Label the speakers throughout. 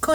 Speaker 1: こ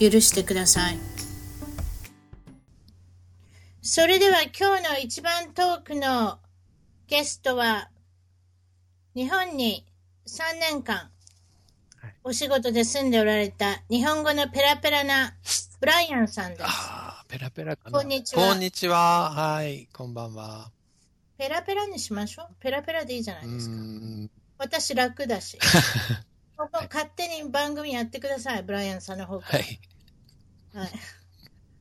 Speaker 1: 許してくださいそれでは今日の一番トークのゲストは日本に3年間
Speaker 2: はい
Speaker 1: お仕事で住んでおられた日本語のペラペラなブライアンさんです。
Speaker 2: ああ、ペラペラかな。
Speaker 1: こんにちは
Speaker 2: こんにちは。はい、こんばんは。
Speaker 1: ペラペラにしましょう。ペラペラでいいじゃな
Speaker 2: う
Speaker 1: い
Speaker 2: ー
Speaker 1: ですか。
Speaker 2: ん。
Speaker 1: 私楽だ し。ここ勝手に番組やってください、ブライアンさんの方か
Speaker 2: は
Speaker 1: ら。
Speaker 2: い。
Speaker 1: はい、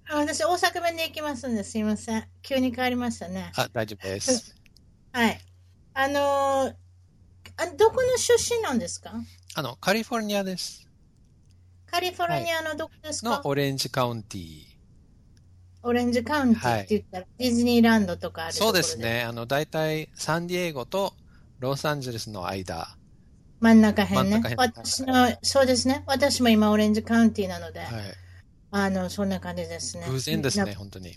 Speaker 1: あ私、大阪弁で行きますんですいません。急に変わりましたね。
Speaker 2: あ、大丈 夫です。
Speaker 1: はい。あのーあ、どこの出身なんですか
Speaker 2: あの、カリフォルニアです。
Speaker 1: カリフォルニアのどこですか、
Speaker 2: のオレンジカウンティ。
Speaker 1: オレンジカウンティって言ったら、ディズニーランドとかあるとこ
Speaker 2: そ
Speaker 1: ろ
Speaker 2: うです。ね。あの、大体サンディエゴとロサンゼルスの間。
Speaker 1: 真ん中辺ね。
Speaker 2: 真ん中辺
Speaker 1: 私の、そうですね。私も今、オレンジカウンティなので、
Speaker 2: はい。
Speaker 1: あの、そんな感じですね。
Speaker 2: 偶然です
Speaker 1: な
Speaker 2: ね、。本当に。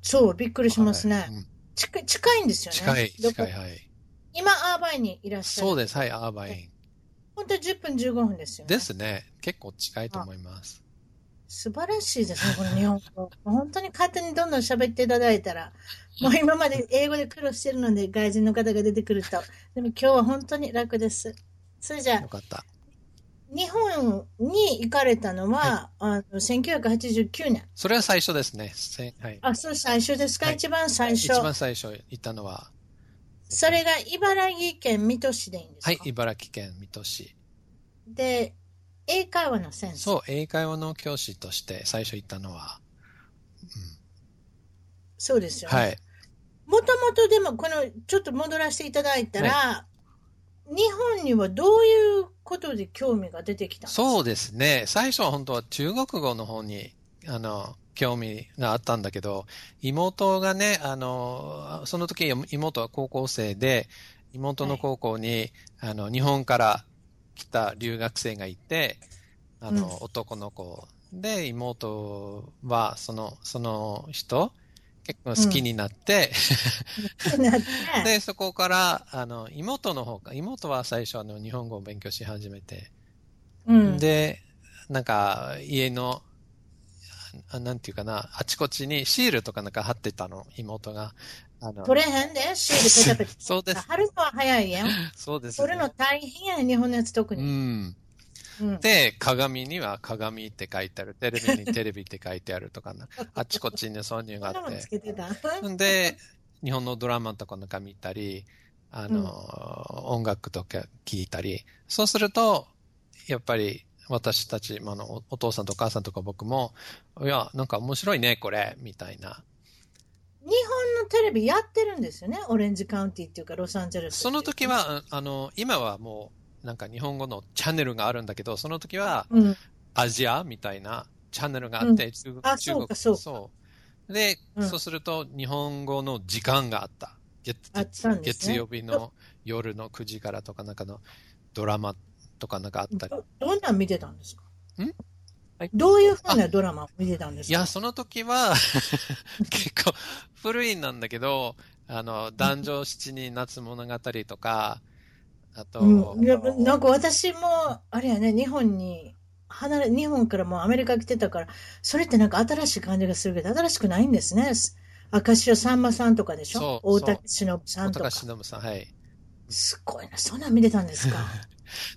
Speaker 1: そう、びっくりしますね。
Speaker 2: はいうん
Speaker 1: 近い近いんですよね。
Speaker 2: 近い、
Speaker 1: どこ
Speaker 2: 近い、はい。
Speaker 1: 今、アーバインにいらっしゃる。
Speaker 2: そうです。はい、アーバイン。
Speaker 1: 本当10分15分ですよね。
Speaker 2: ですね。結構近いと思います。
Speaker 1: 素晴らしいですね、この日本語。本当に勝手にどんどん喋っていただいたら、もう今まで英語で苦労してるので、外人の方が出てくると。でも今日は本当に楽です。それじゃ
Speaker 2: よかった。
Speaker 1: あ、日本に行かれたのは、あの1989年。
Speaker 2: それは最初ですね。せはい。
Speaker 1: あ、そう、最初ですか、
Speaker 2: はい
Speaker 1: 一番最
Speaker 2: 一
Speaker 1: 初。
Speaker 2: 番最初行ったのは、
Speaker 1: それが茨城県水戸市でいいんですか
Speaker 2: はい、茨城県水戸市。
Speaker 1: で、英会話の先生。
Speaker 2: そう、英会話の教師として最初行ったのは、
Speaker 1: そうですよね。
Speaker 2: はい。
Speaker 1: もともとでも、この、ちょっと戻らせていただいたら、日本にはどういうことで興味が出てきたんですか
Speaker 2: そうですね。最初は本当は中国語の方に、あの、興味があったんだけど、妹がね、あの、その時妹は高校生で、妹の高校に、あの、日本から来た留学生がいて、あの、
Speaker 1: うん
Speaker 2: 男の子。で、妹は、その、その人、結構好きになって、
Speaker 1: なって
Speaker 2: で、そこから、あの、妹の方か、妹は最初、あの、日本語を勉強し始めて、
Speaker 1: うん、
Speaker 2: で、なんか、家の、あなんていうかな、あちこちにシールとかなんか貼ってたの、妹が。あの、
Speaker 1: 取れへんで、シールペタペタ。
Speaker 2: そうです、
Speaker 1: 貼るのは早いやん。
Speaker 2: そうです
Speaker 1: 取るの大変やん、日本のやつ特
Speaker 2: う
Speaker 1: に。
Speaker 2: ん。
Speaker 1: うん
Speaker 2: で、鏡には鏡って書いてある、テレビにテレビって書いてあると かな、あちこちにそういうの
Speaker 1: そん
Speaker 2: が
Speaker 1: な
Speaker 2: あっ
Speaker 1: もん
Speaker 2: て
Speaker 1: つ。けてた。
Speaker 2: んで、日本のドラマとかなんか見たり、あの、音楽とか聞いたり、そうすると、やっぱり私たち、まああの、おお父さんとお母さんとか僕も、いや、なんか面白いね、これ、みたいな。
Speaker 1: 日本のテレビやってるんですよね、オレンジカウンティっていうか、ロサンゼルスってい
Speaker 2: そうの時、は、ああの、今はもう、なんか日本語のチャンネルがあるんだけど、その時は
Speaker 1: うん、
Speaker 2: アジアみたいなチャンネルがあって、中国
Speaker 1: あ
Speaker 2: 中
Speaker 1: そう
Speaker 2: 国
Speaker 1: かそうか
Speaker 2: そうで、
Speaker 1: うん
Speaker 2: そうすると日本語の時間があった。月
Speaker 1: あったんです
Speaker 2: 月
Speaker 1: ね。
Speaker 2: 曜日の夜の9時からとかなんかのドラマとかなんかあったり。
Speaker 1: どどんなん見てたんですか
Speaker 2: んはい
Speaker 1: どういうふうなドラマを見てたんです
Speaker 2: い
Speaker 1: か
Speaker 2: や、その時は 結構古いなんだけど、あの、男女七人夏物語とか、あと、
Speaker 1: うん、いやなんか私も、あれやね、日本に、離れ、日本からもうアメリカ来てたから、それってなんか新しい感じがするけど、新しくないんですね。す明石家さんまさんとかでしょ
Speaker 2: そう
Speaker 1: 大竹しのぶさ
Speaker 2: 小
Speaker 1: んとか
Speaker 2: 高。しのぶさん、はい。
Speaker 1: すごいな、そんなん見てたん ですか。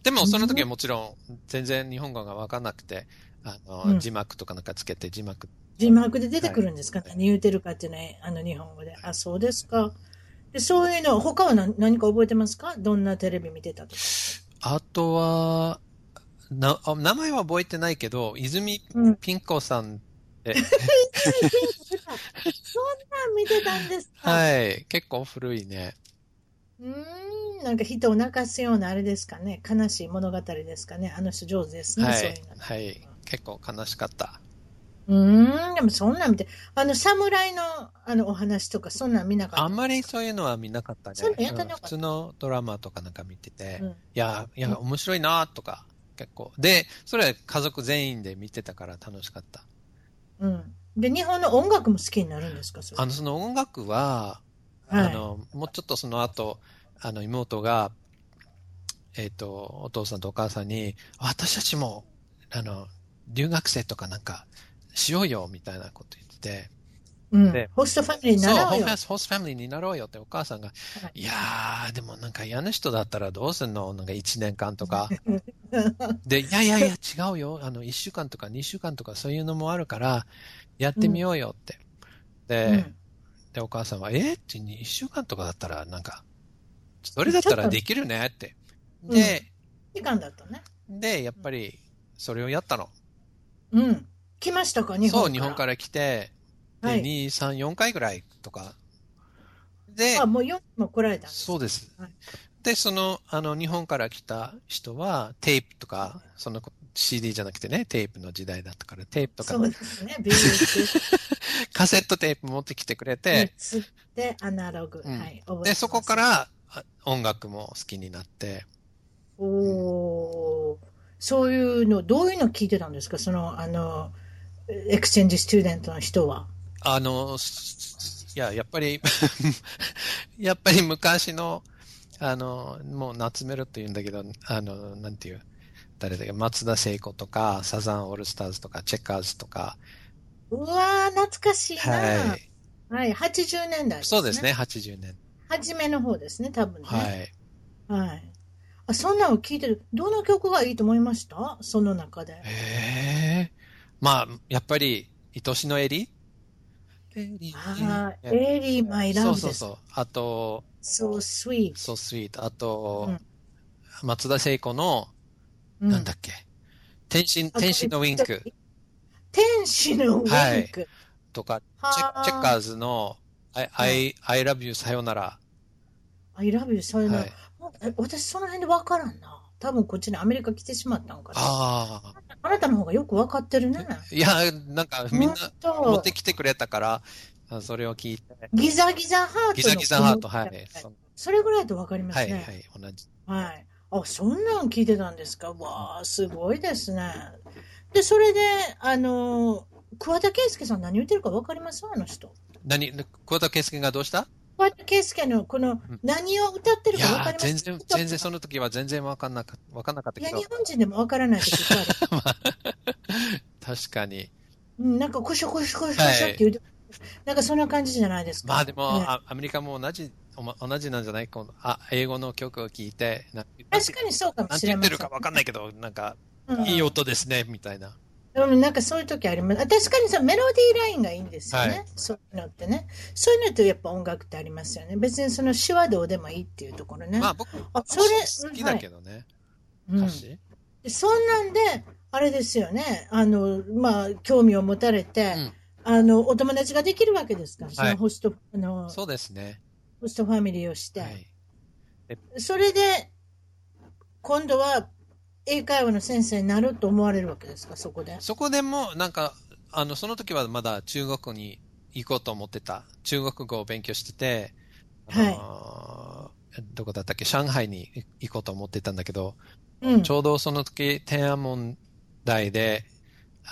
Speaker 2: でも、その時はもちろん、全然日本語がわかんなくて、あの、
Speaker 1: うん
Speaker 2: 字幕とかなんかつけて字幕。
Speaker 1: 字幕で出てくるんですか、
Speaker 2: はい
Speaker 1: 何言ってるかっていうのは、あの日本語で。あ、そうですか。でそういうの、他は何何か覚えてますかどんなテレビ見てたとか。
Speaker 2: あとは、な、あ名前は覚えてないけど、泉
Speaker 1: うん
Speaker 2: ピン子さん
Speaker 1: そんなん見てたんですか、
Speaker 2: はい。結構古いね。
Speaker 1: うーん、なんか人を泣かすようなあれですかね。悲しい物語ですかね。あの人上手ですね。
Speaker 2: は
Speaker 1: そうい。
Speaker 2: いう
Speaker 1: の
Speaker 2: はい。結構悲しかった。
Speaker 1: うーん、でもそんなん見て、あの、侍の、あの、お話とか、そんなん見なか
Speaker 2: あ
Speaker 1: っ
Speaker 2: んまりそういうのは見なかったね。
Speaker 1: そういうのやってなかった
Speaker 2: 普通のドラマとかなんか見てて、
Speaker 1: た。う
Speaker 2: い
Speaker 1: ん、
Speaker 2: や、いや、面白いなとか、結構。で、それは家族全員で見てたから楽しかった。
Speaker 1: うん。で、日本の音楽も好きになるんですか、それ。
Speaker 2: あの、その音楽は、
Speaker 1: はい
Speaker 2: あの、もうちょっとその後、あの、妹が、えっ、と、お父さんとお母さんに、私たちも、あの、留学生とかなんか、しようよ、みたいなこと言ってて、
Speaker 1: うん
Speaker 2: で。
Speaker 1: ホストファミリーに
Speaker 2: そう、
Speaker 1: なろ
Speaker 2: ホ
Speaker 1: う
Speaker 2: ー
Speaker 1: よ
Speaker 2: ム。ホストファミリーになろうよってお母さんが、
Speaker 1: はい
Speaker 2: やー、でもなんか嫌な人だったらどうすんのなんか1年間と か。で、いやいやいや、違うよ。あの、1週間とか2週間とかそういうのもあるから、やってみようよって。で、
Speaker 1: うん
Speaker 2: で、お母さんは、えって、一週間とかだったら、なんか、それだったらできるねって。
Speaker 1: ょっと
Speaker 2: で、
Speaker 1: 時間だったね。
Speaker 2: で、やっぱり、それをやったの。
Speaker 1: うん。来ましたか、日本。
Speaker 2: そう、日本からら来て、で、
Speaker 1: はい
Speaker 2: 2、3、4回ぐらいとか。で
Speaker 1: あ、、もう4も来られたんです
Speaker 2: そうです
Speaker 1: はい。
Speaker 2: で、その、あの、日本から来た人は、テープとか、その CD じゃなくてね、テープの時代だったから、テープと
Speaker 1: そう
Speaker 2: か、
Speaker 1: ですね。ビデオ
Speaker 2: カセットテープ持ってきてくれ
Speaker 1: で
Speaker 2: て、
Speaker 1: 映ってアナログ。
Speaker 2: うん
Speaker 1: はい。覚えてます
Speaker 2: で、そこか。ら、あ音楽も好きになって、
Speaker 1: おおー。そういうの、どういうの聞いてたんですかその、あの、エクスチェンジスチューデントの人は。
Speaker 2: あの、すいや、やっぱり、 やっぱり昔の、あの、もう夏メロって言うんだけど、あの、なんていう、誰だっけ、松田聖子とか、サザンオールスターズとか、チェッカーズとか、
Speaker 1: うわー、懐かしいな。
Speaker 2: は。
Speaker 1: はいい。80年代、
Speaker 2: そうですね、。80年。
Speaker 1: 初めの方ですね、多分ね。
Speaker 2: は。
Speaker 1: はいい。あそんなの聞いてる。どの曲がいいと思いましたその中で。
Speaker 2: ええまあ、やっぱり、愛しのエリ
Speaker 1: ああ、エリー・マイ・ラ
Speaker 2: そう
Speaker 1: ブ
Speaker 2: そう
Speaker 1: です。
Speaker 2: そう。あと、
Speaker 1: So sweet.
Speaker 2: So Sweet。あと
Speaker 1: う、
Speaker 2: 松田聖子の、
Speaker 1: う
Speaker 2: なんだっけ。天使、天使のウィンク。。
Speaker 1: 天使のウィンク。
Speaker 2: とか、
Speaker 1: は
Speaker 2: チ
Speaker 1: あ
Speaker 2: ェチェッカーズの I, I, I love you さよなら。
Speaker 1: I love you, そういうの。
Speaker 2: はい
Speaker 1: もうえ私、その辺でわからんな。多分こっちにアメリカ来てしまったんかな。
Speaker 2: ああ。
Speaker 1: あなたの方がよくわかってるね。
Speaker 2: いや、なんかみん
Speaker 1: 本
Speaker 2: な持
Speaker 1: 当
Speaker 2: ってきてくれたから、あそれを聞いて、
Speaker 1: ギザギザハートの。
Speaker 2: ギザギザハート、はい。そ
Speaker 1: それぐらいとわかりま
Speaker 2: は
Speaker 1: す
Speaker 2: い、は
Speaker 1: ね。
Speaker 2: い、同じ。
Speaker 1: はい。あ、そんなん聞いてたんですか。わあ、すごいですね。で、それで、あの、桑田佳祐さん何言ってるかわかりますあの人。
Speaker 2: 何、桑田佳祐がどうした
Speaker 1: 桑田佳祐のこの
Speaker 2: うん
Speaker 1: 何を歌ってる
Speaker 2: い
Speaker 1: か
Speaker 2: や
Speaker 1: わかりま
Speaker 2: ー、
Speaker 1: す
Speaker 2: 全然、全然その時は全然わかんなかわかんなかった
Speaker 1: いや、
Speaker 2: けど
Speaker 1: 日、本人でもわからない時いっぱいある。
Speaker 2: 確かに。
Speaker 1: うん、なんかコショコショコショコショって言う、なんかそんな感じじゃないですか。
Speaker 2: まあでも、
Speaker 1: ね
Speaker 2: あアメリカも同じ、おま同じなんじゃないこのあ英語の曲を聞いて、な
Speaker 1: 確かにそうかも
Speaker 2: なん
Speaker 1: してれ
Speaker 2: 言っ
Speaker 1: ま
Speaker 2: て
Speaker 1: せ
Speaker 2: る
Speaker 1: ん。
Speaker 2: かわかんないけど、なんか、
Speaker 1: うん
Speaker 2: いい音ですね、みたいな。
Speaker 1: うん、なんかそういう時あります。確かにさ、メロディーラインがいいんですよね。
Speaker 2: はい
Speaker 1: そういうのってね。そういうのとやっぱ音楽ってありますよね。別にその手話どうでもいいっていうところね。
Speaker 2: まあ僕、
Speaker 1: あそれ
Speaker 2: 好きだけどね、
Speaker 1: うん
Speaker 2: 歌詞。
Speaker 1: でそんなんで、あれですよね。あの、まあ、興味を持たれて、
Speaker 2: うん
Speaker 1: あの、お友達ができるわけですから、そ
Speaker 2: は
Speaker 1: の
Speaker 2: い
Speaker 1: ホスト、あの、
Speaker 2: そうですね。
Speaker 1: ホストファミリーをして。
Speaker 2: はい。
Speaker 1: それで、今度は英会話の先生になると思われるわけですか、そこで。
Speaker 2: そこでも、なんか、あの、その時はまだ中国に行こうと思ってた。中国語を勉強してて、あのーどこだったっけ上海に行こうと思ってたんだけど、
Speaker 1: うん
Speaker 2: ち。ょうどその時、天安門台で、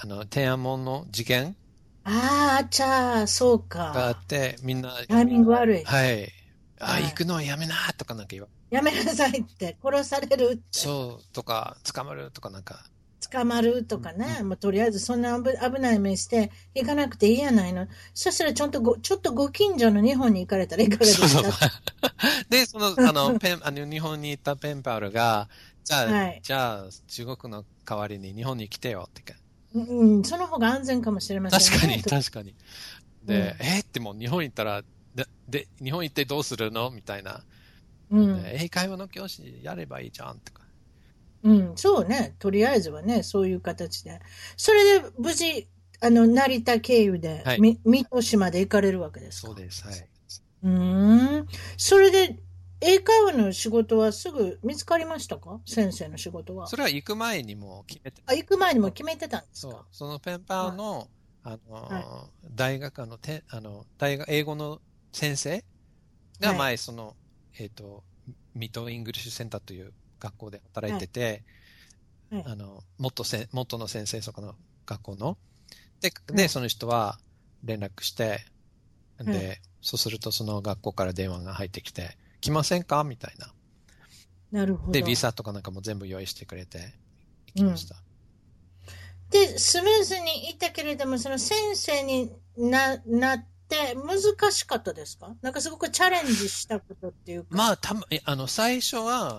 Speaker 2: あの、天安門の事件
Speaker 1: ああ、じゃあ、そう
Speaker 2: があ
Speaker 1: か。
Speaker 2: って、みんな、
Speaker 1: タイミング悪い。
Speaker 2: はい。あ、
Speaker 1: はい
Speaker 2: 行くのやめなとかなんか言わ、
Speaker 1: やめなさいって、殺される、
Speaker 2: そう、とか、捕まるとかなんか、
Speaker 1: 捕まるとかね、もうとりあえずそんな危危ない目して行かなくていいやないの。そしたらちょっとご、ちょっとご近所の日本に行かれたらいかがです
Speaker 2: そ
Speaker 1: か
Speaker 2: うそう。 で、そ の、あの、ペン、あの、日本に行ったペンパウルが、じゃあ、
Speaker 1: はい
Speaker 2: じゃあ、中国の代わりに日本に来てよってか。
Speaker 1: うん、その方が安全かもしれません
Speaker 2: 確か
Speaker 1: ね
Speaker 2: に、確かに。で、えーってもう日本行ったら、で、で日本行ってどうするのみたいな。
Speaker 1: うん。
Speaker 2: 英会話の教師やればいいじゃんとか。
Speaker 1: うん、そうね。とりあえずはね、そういう形で。それで無事、あの、成田経由で、
Speaker 2: はい
Speaker 1: み、三島まで行かれるわけですか。
Speaker 2: そうです、はい。
Speaker 1: うーん。それで、英会話の仕事はすぐ見つかりましたか先生の仕事は
Speaker 2: そ。れは行く前にもう決めて、
Speaker 1: あ、行く前にも決めてたんです
Speaker 2: そう
Speaker 1: か、
Speaker 2: そのペンパーの、あの、大学あのて、あの、大学、英語の先生が
Speaker 1: はい
Speaker 2: 前、その、えっ、と、ミッドイングリッシュセンターという学校で働いてて、
Speaker 1: はい
Speaker 2: あの、元せ、元の先生、そこの学校の。で、
Speaker 1: は
Speaker 2: で、
Speaker 1: い
Speaker 2: その人は連絡して、で、
Speaker 1: は
Speaker 2: そうするとその学校から電話が入ってきて、来ませんかみたいな。
Speaker 1: なるほど。
Speaker 2: で、ビザとかなんかも全部用意してくれて、行きました。
Speaker 1: で、スムーズにいったけれども、その先生にななって難しかったですかなんかすごくチャレンジしたことっていうか。
Speaker 2: まあ、たま、えあの、最初は、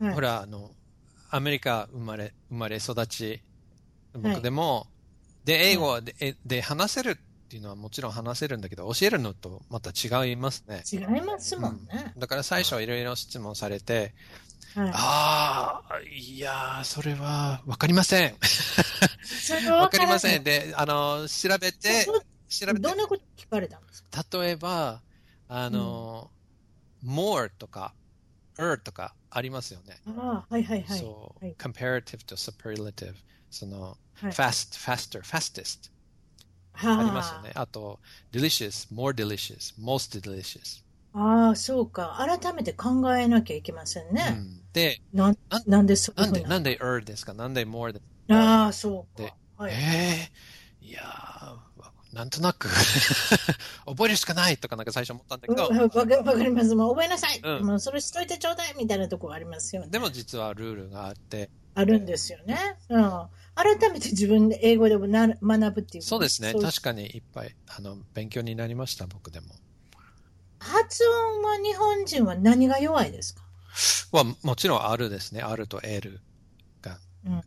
Speaker 1: はい
Speaker 2: ほら、あの、アメリカ生まれ、生まれ育ち、
Speaker 1: はい
Speaker 2: 僕でも、で、英語はで、えで、話せるっていうのはもちろん話せるんだけど、教えるのとまた違いますね。
Speaker 1: 違いますもんね。
Speaker 2: だから最初はいろいろ質問されて、
Speaker 1: はい。
Speaker 2: ああ、いやー、それは、わかりません。
Speaker 1: それ
Speaker 2: わ
Speaker 1: は分
Speaker 2: かりませ
Speaker 1: ら
Speaker 2: ん。で、あの、調
Speaker 1: な
Speaker 2: べ
Speaker 1: い
Speaker 2: て、調べて
Speaker 1: ど、んなこと聞かれたんですか
Speaker 2: 例えば、あの、more とか、er とかありますよね。
Speaker 1: ああ、はいはいはい。
Speaker 2: そ、
Speaker 1: はいう
Speaker 2: comparative to superlative、その、
Speaker 1: はい
Speaker 2: fast, faster, fastest
Speaker 1: は
Speaker 2: ありますよね。あと、delicious, more delicious, most delicious。
Speaker 1: ああ、そうか。改めて考えなきゃいけません
Speaker 2: う
Speaker 1: ね。
Speaker 2: んで、
Speaker 1: なん
Speaker 2: なん
Speaker 1: なんでそうい
Speaker 2: な
Speaker 1: うんふう
Speaker 2: で、なんで er ですかなんで more ですか
Speaker 1: ああ、そう
Speaker 2: で
Speaker 1: か。はい。
Speaker 2: ええいやー、なんとなく 覚えるしかないとかなんか最初思ったんだけ
Speaker 1: うん
Speaker 2: ど、
Speaker 1: わかわかります。もう覚えなさい。
Speaker 2: うん
Speaker 1: もうそれしといてちょうだいみたいなところありますよね。
Speaker 2: でも実はルールがあって、
Speaker 1: あるんですよね。うん。改めて自分で英語でもな学ぶっていう。
Speaker 2: そうですね。
Speaker 1: そう
Speaker 2: 確かにいっぱい、あの、勉強になりました、僕でも。
Speaker 1: 発音は日本人は何が弱いですか
Speaker 2: は、もちろん R ですね。R と L が
Speaker 1: うん。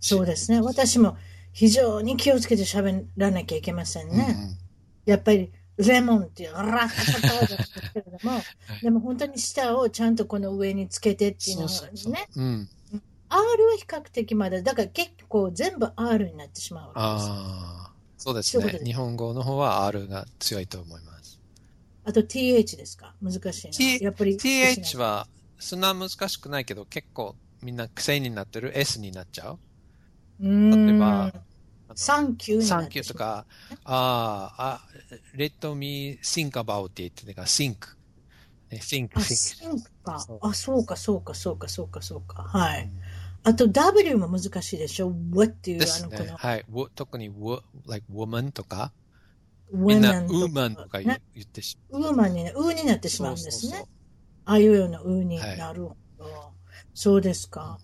Speaker 1: そう
Speaker 2: 難
Speaker 1: で
Speaker 2: しい
Speaker 1: すね。私も非常に気をつけて喋らなきゃいけませんね。
Speaker 2: うんうん
Speaker 1: やっぱりレモンっていう、あら、そうですけれども、でも本当に舌をちゃんとこの上につけてっていうの
Speaker 2: そう
Speaker 1: は
Speaker 2: そうそう。
Speaker 1: ね、
Speaker 2: うん。
Speaker 1: R は比較的まだ、だから結構全部 R になってしまうわけです。
Speaker 2: ああ、そうです
Speaker 1: そういうこ
Speaker 2: ね
Speaker 1: と。です
Speaker 2: 日本語の方は R が強いと思います。
Speaker 1: あと TH ですか難しいな。
Speaker 2: T-
Speaker 1: やっぱり
Speaker 2: TH は、そんな難しくないけど、結構みんな癖になってる S になっちゃう。
Speaker 1: 例
Speaker 2: 例えば、あの
Speaker 1: サンキューに
Speaker 2: サ
Speaker 1: な
Speaker 2: ン
Speaker 1: っ
Speaker 2: キュ
Speaker 1: て
Speaker 2: ーと
Speaker 1: しまう。
Speaker 2: か、あーあ、let me think about it っていうか、think。ね think,
Speaker 1: あ、
Speaker 2: think.
Speaker 1: そうか
Speaker 2: そう。
Speaker 1: あ、そうか、そうか、そうか、そうか、そうか。は
Speaker 2: う
Speaker 1: い
Speaker 2: ん。
Speaker 1: あと W も難しいでしょ ?What っていう、
Speaker 2: で
Speaker 1: あ
Speaker 2: す
Speaker 1: の、こ
Speaker 2: ね。はい。wo- 特に wo- like woman とか、
Speaker 1: の、
Speaker 2: みんな
Speaker 1: women
Speaker 2: woman とか言
Speaker 1: ね
Speaker 2: う言ってしまう。
Speaker 1: ウーマンにね、ウーになってしまうんです
Speaker 2: そう
Speaker 1: ね
Speaker 2: そう。
Speaker 1: ああいうようなウーに
Speaker 2: はい
Speaker 1: なるほど。そうですか。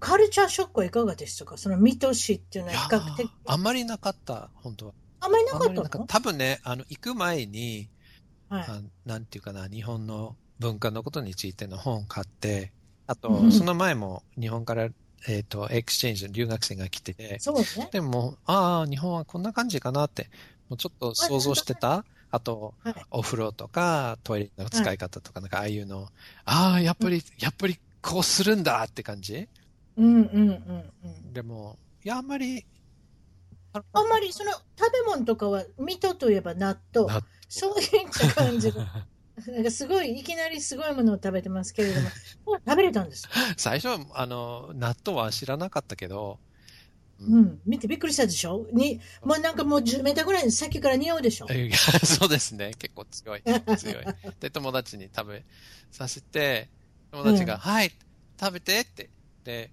Speaker 1: カルチャーショックはいかがでしたかその水戸市っていうのは比較
Speaker 2: そうい
Speaker 1: 的
Speaker 2: やー。あんまりなかった、本当は。
Speaker 1: あんまりな
Speaker 2: あん
Speaker 1: か
Speaker 2: まりな
Speaker 1: った
Speaker 2: かった
Speaker 1: の
Speaker 2: 多分ね、あの、行く前に、
Speaker 1: はい。
Speaker 2: あなんていうかな、日本の文化のことについての本を買って、あと、
Speaker 1: うん
Speaker 2: その前も日本から、えっ、と、エクスチェンジの留学生が来てて、
Speaker 1: そうですね。
Speaker 2: でも、ああ、日本はこんな感じかなって、もうちょっと想像してた。あと、
Speaker 1: はい
Speaker 2: お風呂とか、トイレの使い方とか、なんかああいうの、ああ、やっぱり、やっぱりこうするんだって感じ。
Speaker 1: うんうんうんうん。
Speaker 2: でも、いや、あんまり、
Speaker 1: あんまりその食べ物とかは、水戸といえば納豆。
Speaker 2: 納
Speaker 1: そういった感じ が。なんかすごい、いきなりすごいものを食べてますけれども、もう食べれたん ですか
Speaker 2: 最初は、あの、納豆は知らなかったけど、
Speaker 1: う。ん。見てびっくりしたでしょに、もうなんかもう10メーターぐらい先から匂うでしょ
Speaker 2: え そうですね。結構強い。強い。で、友達に食べさせて、友達が、
Speaker 1: うん
Speaker 2: はい、食べてって。で、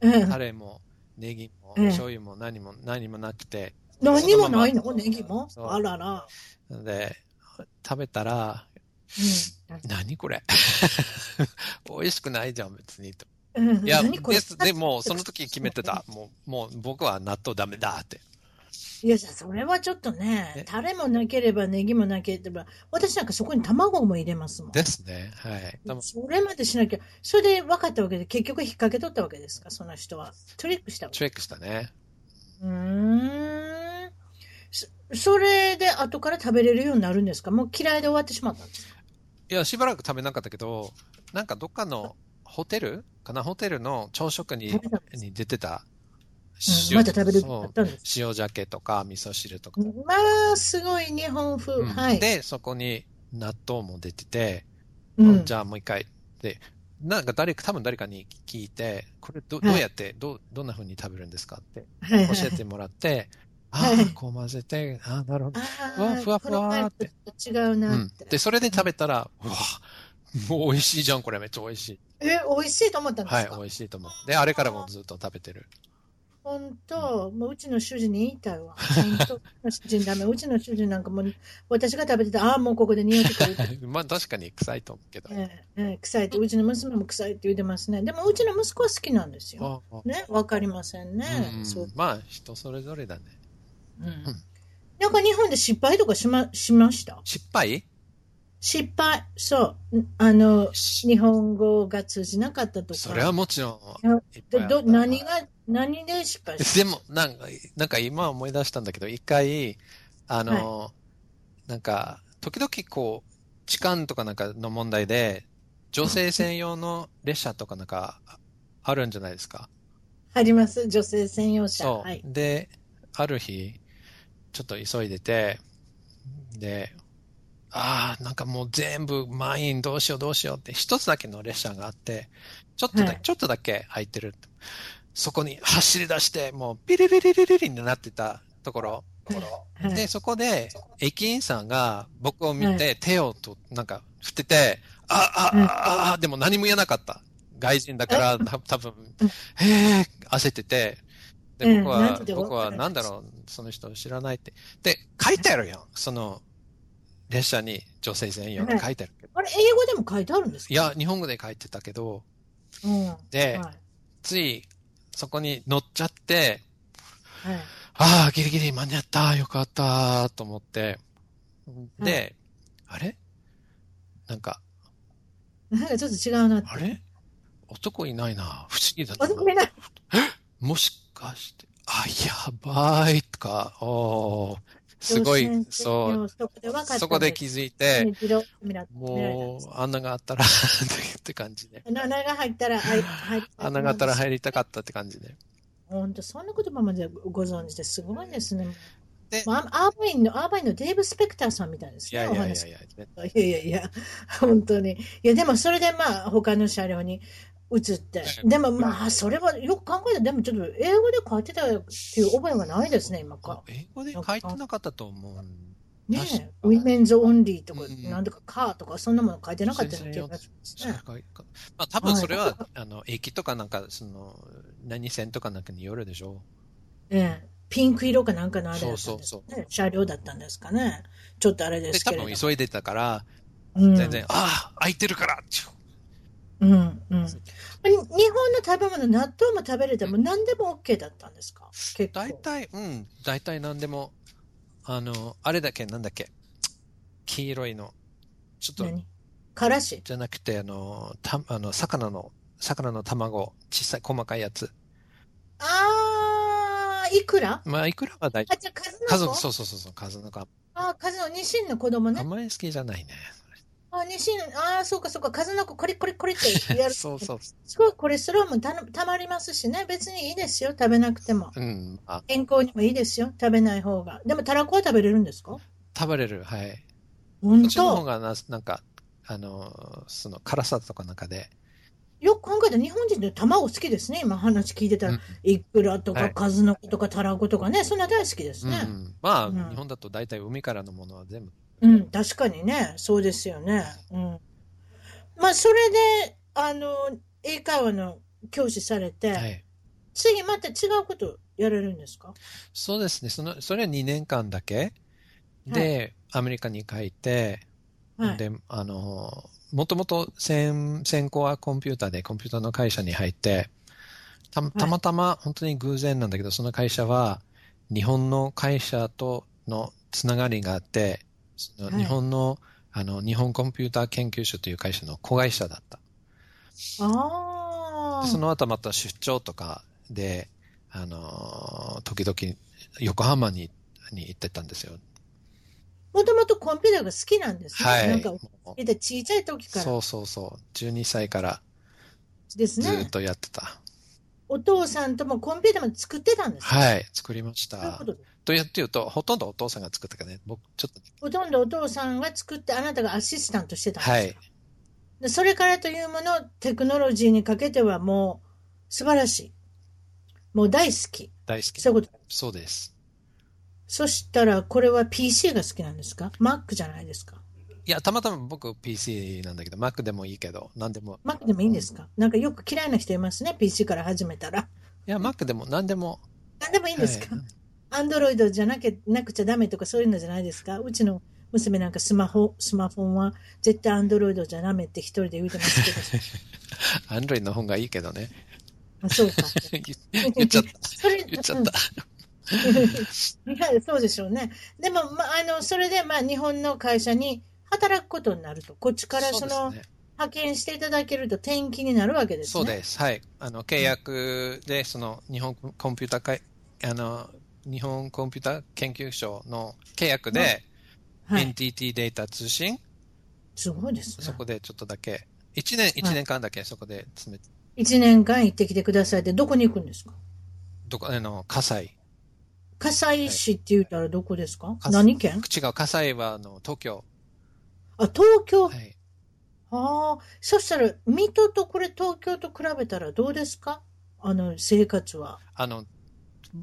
Speaker 1: うん
Speaker 2: タレも、ネギも、
Speaker 1: うん
Speaker 2: 醤油も何も、何もなくて。
Speaker 1: 何もないの
Speaker 2: そのまま
Speaker 1: ネギも
Speaker 2: そう
Speaker 1: あらら。
Speaker 2: で、食べたら、何これ 美味しくないじゃん、別に。と
Speaker 1: うん。うん
Speaker 2: いや、
Speaker 1: 何これ
Speaker 2: ですで も、その時決めてた。もう、もう僕は納豆ダメだって。
Speaker 1: いや、それはちょっとね
Speaker 2: え、
Speaker 1: タレもなければネギもなければ、私なんかそこに卵も入れますもん。
Speaker 2: ですね。はい。でも
Speaker 1: それまでしなきゃ、それで分かったわけで、結局引っ掛け取ったわけですか、その人は。トリックしたわけ。
Speaker 2: チェックしたね。
Speaker 1: うーん。そそれで後から食べれるようになるんですかもう嫌いで終わってしまったんですか
Speaker 2: いや、しばらく食べなかったけど、なんかどっかのホテルかなホテルの朝食に
Speaker 1: 食べたんです
Speaker 2: に出てた。
Speaker 1: うん、まだ食べれるようにな
Speaker 2: そ
Speaker 1: っ
Speaker 2: う
Speaker 1: たんです
Speaker 2: 塩鮭とか味噌汁とか。
Speaker 1: まあ、すごい日本風。
Speaker 2: うん
Speaker 1: はい。
Speaker 2: で、そこに納豆も出てて、
Speaker 1: うん
Speaker 2: じゃあもう一回。で、なんか誰か、多分誰かに聞いて、これど
Speaker 1: はい
Speaker 2: どうやって、どうどんな風に食べるんですかって
Speaker 1: はいはい
Speaker 2: 教えてもらって、あ
Speaker 1: はい
Speaker 2: あ、こう混ぜて、ああ、なるほど。
Speaker 1: あ
Speaker 2: わ
Speaker 1: ー
Speaker 2: ふわふわーって。
Speaker 1: このタイプと違う
Speaker 2: う
Speaker 1: なっ
Speaker 2: ん
Speaker 1: て。。
Speaker 2: で、それで食べたら、うわ、もう美味しいじゃん、これめっちゃ美味しい。
Speaker 1: え、美味しいと思ったんで
Speaker 2: は
Speaker 1: す
Speaker 2: い、
Speaker 1: か、
Speaker 2: 美味しいと思う。で、あれからもずっと食べてる。
Speaker 1: 本当、もううちの主人に言いたいわ。本当、うちの主人ダメ。うちの主人なんかもう、私が食べてて、ああ、もうここで匂って くるって。
Speaker 2: まあ確かに臭いと思うけど。
Speaker 1: ええええ臭いって、うちの娘も臭いって言ってますね。でも、うちの息子は好きなんですよ。
Speaker 2: ああ
Speaker 1: ね、わかりませんね。
Speaker 2: うん
Speaker 1: そう
Speaker 2: まあ人それぞれだね。
Speaker 1: うんなんか日本で失敗とかしましました
Speaker 2: 失敗
Speaker 1: 失敗、そう、んあの、日本語が通じなかったとか。
Speaker 2: それはもちろ
Speaker 1: いや
Speaker 2: んいっぱい
Speaker 1: で
Speaker 2: あった。
Speaker 1: ど何が、何で失敗 した
Speaker 2: でも、なんか、なんか今思い出したんだけど、一回、あの、なんか、時々こう、痴漢とかなんかの問題で、女性専用の列車とかなんか、あるんじゃないですか。
Speaker 1: あります女性専用車。
Speaker 2: そう。
Speaker 1: はい。
Speaker 2: で、ある日、ちょっと急いでて、で、ああ、なんかもう全部満員どうしようどうしようって、一つだけの列車があって、ちょっとだ、
Speaker 1: はい
Speaker 2: ちょっとだけ空いてる。そこに走り出して、もうピリリリリリリになってたところ。
Speaker 1: はい
Speaker 2: で、そこで、駅員さんが僕を見
Speaker 1: は
Speaker 2: て、手をと、なんか、振ってて、あ、あ、
Speaker 1: うん
Speaker 2: あ、あ、でも何も言えなかった。外人だから、た多分
Speaker 1: うん
Speaker 2: へえ、焦ってて、で、
Speaker 1: うん
Speaker 2: 僕
Speaker 1: な
Speaker 2: は
Speaker 1: ん、で
Speaker 2: 僕
Speaker 1: わ
Speaker 2: は
Speaker 1: からない
Speaker 2: なんだろう、その人知らないって。で、書いてあるやん。その、列車に女性専用
Speaker 1: は
Speaker 2: に
Speaker 1: い
Speaker 2: 書いてあるけど。
Speaker 1: あれ、英語でも書いてあるんですか
Speaker 2: いや、、日本語で書いてたけど、
Speaker 1: うん。
Speaker 2: で、
Speaker 1: はい
Speaker 2: つい、そこに乗っちゃって、
Speaker 1: はい。
Speaker 2: ああ、ギリギリ間に合った、よかった、と思って。で、あれなんか、
Speaker 1: なんかちょっと違うなって。
Speaker 2: あれ男いないな、不思議だな。
Speaker 1: 男いない。
Speaker 2: もしかして、あ、やばい、とか、おー、すごい、そう、
Speaker 1: う。そこで分かった。
Speaker 2: そこで気づいて、
Speaker 1: 自動見ら
Speaker 2: もう、穴があったら って感じで。
Speaker 1: う。穴が入ったら、はい入り
Speaker 2: 穴があったら
Speaker 1: い。
Speaker 2: 入りたかったって感じで。
Speaker 1: 本当、そんな言葉までご存知ですごいですね。
Speaker 2: で
Speaker 1: もうアーバインの、アーバインのデーブ・スペクターさんみたいです
Speaker 2: い
Speaker 1: ね。
Speaker 2: やい
Speaker 1: お
Speaker 2: やい
Speaker 1: 話
Speaker 2: やいや、
Speaker 1: いやいやいや、 本当に。いや、でもそれでまあ、他の車両に移って。でもまあ、それはよく考えたら、でもちょっと英語で書いてたっていう覚えがないですね、今か。
Speaker 2: 英語で書いてなかったと思う。
Speaker 1: ね
Speaker 2: 確か
Speaker 1: え、ウィメンズオンリーとか
Speaker 2: う、ん
Speaker 1: なんとかカーとか、そんなもの書いてなかったような気がします
Speaker 2: それ
Speaker 1: ね。
Speaker 2: がまあ、多分それ
Speaker 1: はい
Speaker 2: は、あの、駅とかなんか、その、何線とかなんかによるでしょ
Speaker 1: ええピンク色かなんかのあれだったん
Speaker 2: そう
Speaker 1: で
Speaker 2: そう
Speaker 1: す
Speaker 2: そ
Speaker 1: ね
Speaker 2: う
Speaker 1: 車両だったんですかね。ちょっとあれで、
Speaker 2: う。です
Speaker 1: け
Speaker 2: 多
Speaker 1: れど
Speaker 2: 分急いでたから、
Speaker 1: うん
Speaker 2: 全然、ああ、空いてるからチュッ
Speaker 1: うんうん。日本の食べ物、納豆も食べれても何でも OK だったんですか結構。
Speaker 2: 大体、うん、大体何でも、あの、あれだっけ、なんだっけ、黄色いの、ちょっと、
Speaker 1: 何からし。
Speaker 2: じゃなくて、あの、た、あの、魚の、魚の卵、小さい、細かいやつ。
Speaker 1: あー、いくら
Speaker 2: まあ、いくらは大丈
Speaker 1: あ、じゃあ、数の
Speaker 2: 夫。数の、そうそうそうそう、数の子。
Speaker 1: あー、数の、ニシンの子供
Speaker 2: あ
Speaker 1: ね
Speaker 2: ん。まり好きじゃないね。
Speaker 1: あ、ニシン、あー、そうかそうか、数の子、これこれこれってやる。
Speaker 2: そうそう。
Speaker 1: すごい、これ、それはもうたのたまりますしね。別にいいですよ、食べなくても。
Speaker 2: うん、あ、
Speaker 1: 健康にもいいですよ、食べない方が。でも、たらこは食べれるんですか
Speaker 2: 食べれる、はい。こ
Speaker 1: 本
Speaker 2: っちの方
Speaker 1: 当
Speaker 2: がな、なんか、あの、その辛さとかなんかで、
Speaker 1: よく考えたら、日本人って卵好きですね。今話聞いてた
Speaker 2: う
Speaker 1: ら
Speaker 2: ん、
Speaker 1: いくらと
Speaker 2: は
Speaker 1: か、
Speaker 2: い
Speaker 1: 数の子とか、たらことかね、そんな大好きです
Speaker 2: うんう
Speaker 1: ね。
Speaker 2: ん、まあ、
Speaker 1: うん
Speaker 2: 日本だと大体海からのものは全部、
Speaker 1: うん、確かにね、そうですよね。うん。まあ、それで、あの、英会話の教師されて、
Speaker 2: はい。
Speaker 1: 次また違うことやれるんですか
Speaker 2: そうですね、その、それは2年間だけで、アメリカに帰って、
Speaker 1: はい。
Speaker 2: で、あの、もともと専、専攻はコンピューターで、コンピューターの会社に入って、た、たまたま、本当に偶然なんだけど、その会社は、日本の会社とのつながりがあって、その
Speaker 1: はい
Speaker 2: 日本の、あの、日本コンピューター研究所という会社の子会社だった。
Speaker 1: ああ。
Speaker 2: その後また出張とかで、あの、時々、横浜に、に行ってたんですよ。
Speaker 1: もともとコンピューターが好きなんですね。
Speaker 2: はい。
Speaker 1: なんか、
Speaker 2: もう
Speaker 1: えで小さい時から
Speaker 2: そうそうそう。12歳から
Speaker 1: です
Speaker 2: ずっ
Speaker 1: ね。
Speaker 2: とやってた。
Speaker 1: お父さんともコンピューターも作ってたんですね。
Speaker 2: はい、作りまし
Speaker 1: そういう
Speaker 2: た
Speaker 1: こ。とです
Speaker 2: とやっていうと、ほとんどお父さんが作ったからね、僕、ちょっと、
Speaker 1: ほとんどお父さんが作って、あなたがアシスタントしてたんです
Speaker 2: はい。
Speaker 1: でそれからというもの、テクノロジーにかけてはもう素晴らしい。もう大好き。
Speaker 2: 大好き。
Speaker 1: そういうこと。
Speaker 2: そうです。
Speaker 1: そしたら、これは PC が好きなんですか ?Mac じゃないですか
Speaker 2: いや、たまたま僕 PC なんだけど、Mac でもいいけど、何でも。
Speaker 1: ?Mac でもいいんですかなんかよく嫌いな人いますね。PC から始めたら。
Speaker 2: いや、Mac でも何でも。
Speaker 1: なんでもいいんですか、
Speaker 2: はい
Speaker 1: Android じゃなきゃなくちゃダメとかそういうのじゃないですかうちの娘なんかスマホ、スマホは絶対 Android じゃダメって一人で言うてますけど。
Speaker 2: Android の方がいいけ どね。
Speaker 1: あそうか。
Speaker 2: 言っちゃった。
Speaker 1: それ
Speaker 2: 言っちゃ
Speaker 1: う
Speaker 2: った。
Speaker 1: ん いやそうでしょうね。でも、まあ、あの、それで、まあ、日本の会社に働くことになると。こっちからその、
Speaker 2: うですね
Speaker 1: 派遣していただけると転勤になるわけです
Speaker 2: そう
Speaker 1: ね。
Speaker 2: です。はい。あの、契約で、その、日本コンピューター会、あの、日本コンピューター研究所の契約で、
Speaker 1: は
Speaker 2: NTT データ通信、
Speaker 1: すごいですね
Speaker 2: そ。こでちょっとだけ、1年、一年間だけそこで詰め、
Speaker 1: 1年間行ってきてくださいって、どこに行くんですか
Speaker 2: どこ、あの、火災。
Speaker 1: 葛西市って言ったらどこですか、
Speaker 2: 葛
Speaker 1: 何県
Speaker 2: 違う、火災は、あの、東京。
Speaker 1: あ、東京。
Speaker 2: はい。
Speaker 1: ああ、そしたら、水戸とこれ東京と比べたらどうですかあの、生活は。
Speaker 2: あの、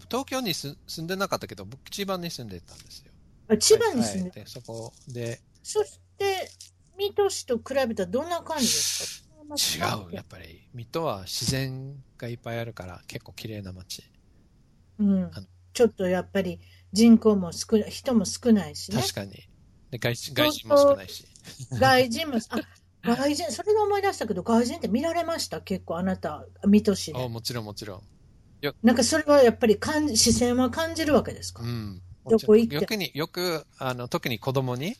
Speaker 2: 東京にす住んでなかったけど、僕、千葉に住んでたんですよ。
Speaker 1: あ千葉に住んで、
Speaker 2: はいはいでそこで、
Speaker 1: そして、水戸市と比べたらどんな感じですか
Speaker 2: 違う、やっぱり。水戸は自然がいっぱいあるから、結構綺麗な街。
Speaker 1: うん。ちょっとやっぱり人口も少ない、人も少ないしね。
Speaker 2: 確かに。で外人外人も少ないし。
Speaker 1: 外人も、あ、外人、それで思い出したけど、外人って見られました結構あなた、水戸市
Speaker 2: あ
Speaker 1: で。
Speaker 2: もちろんもちろん。
Speaker 1: なんかそれはやっぱり感じ、視線は感じるわけですか
Speaker 2: うん。
Speaker 1: どこ行って
Speaker 2: よくに、よく、あの、特に子供に、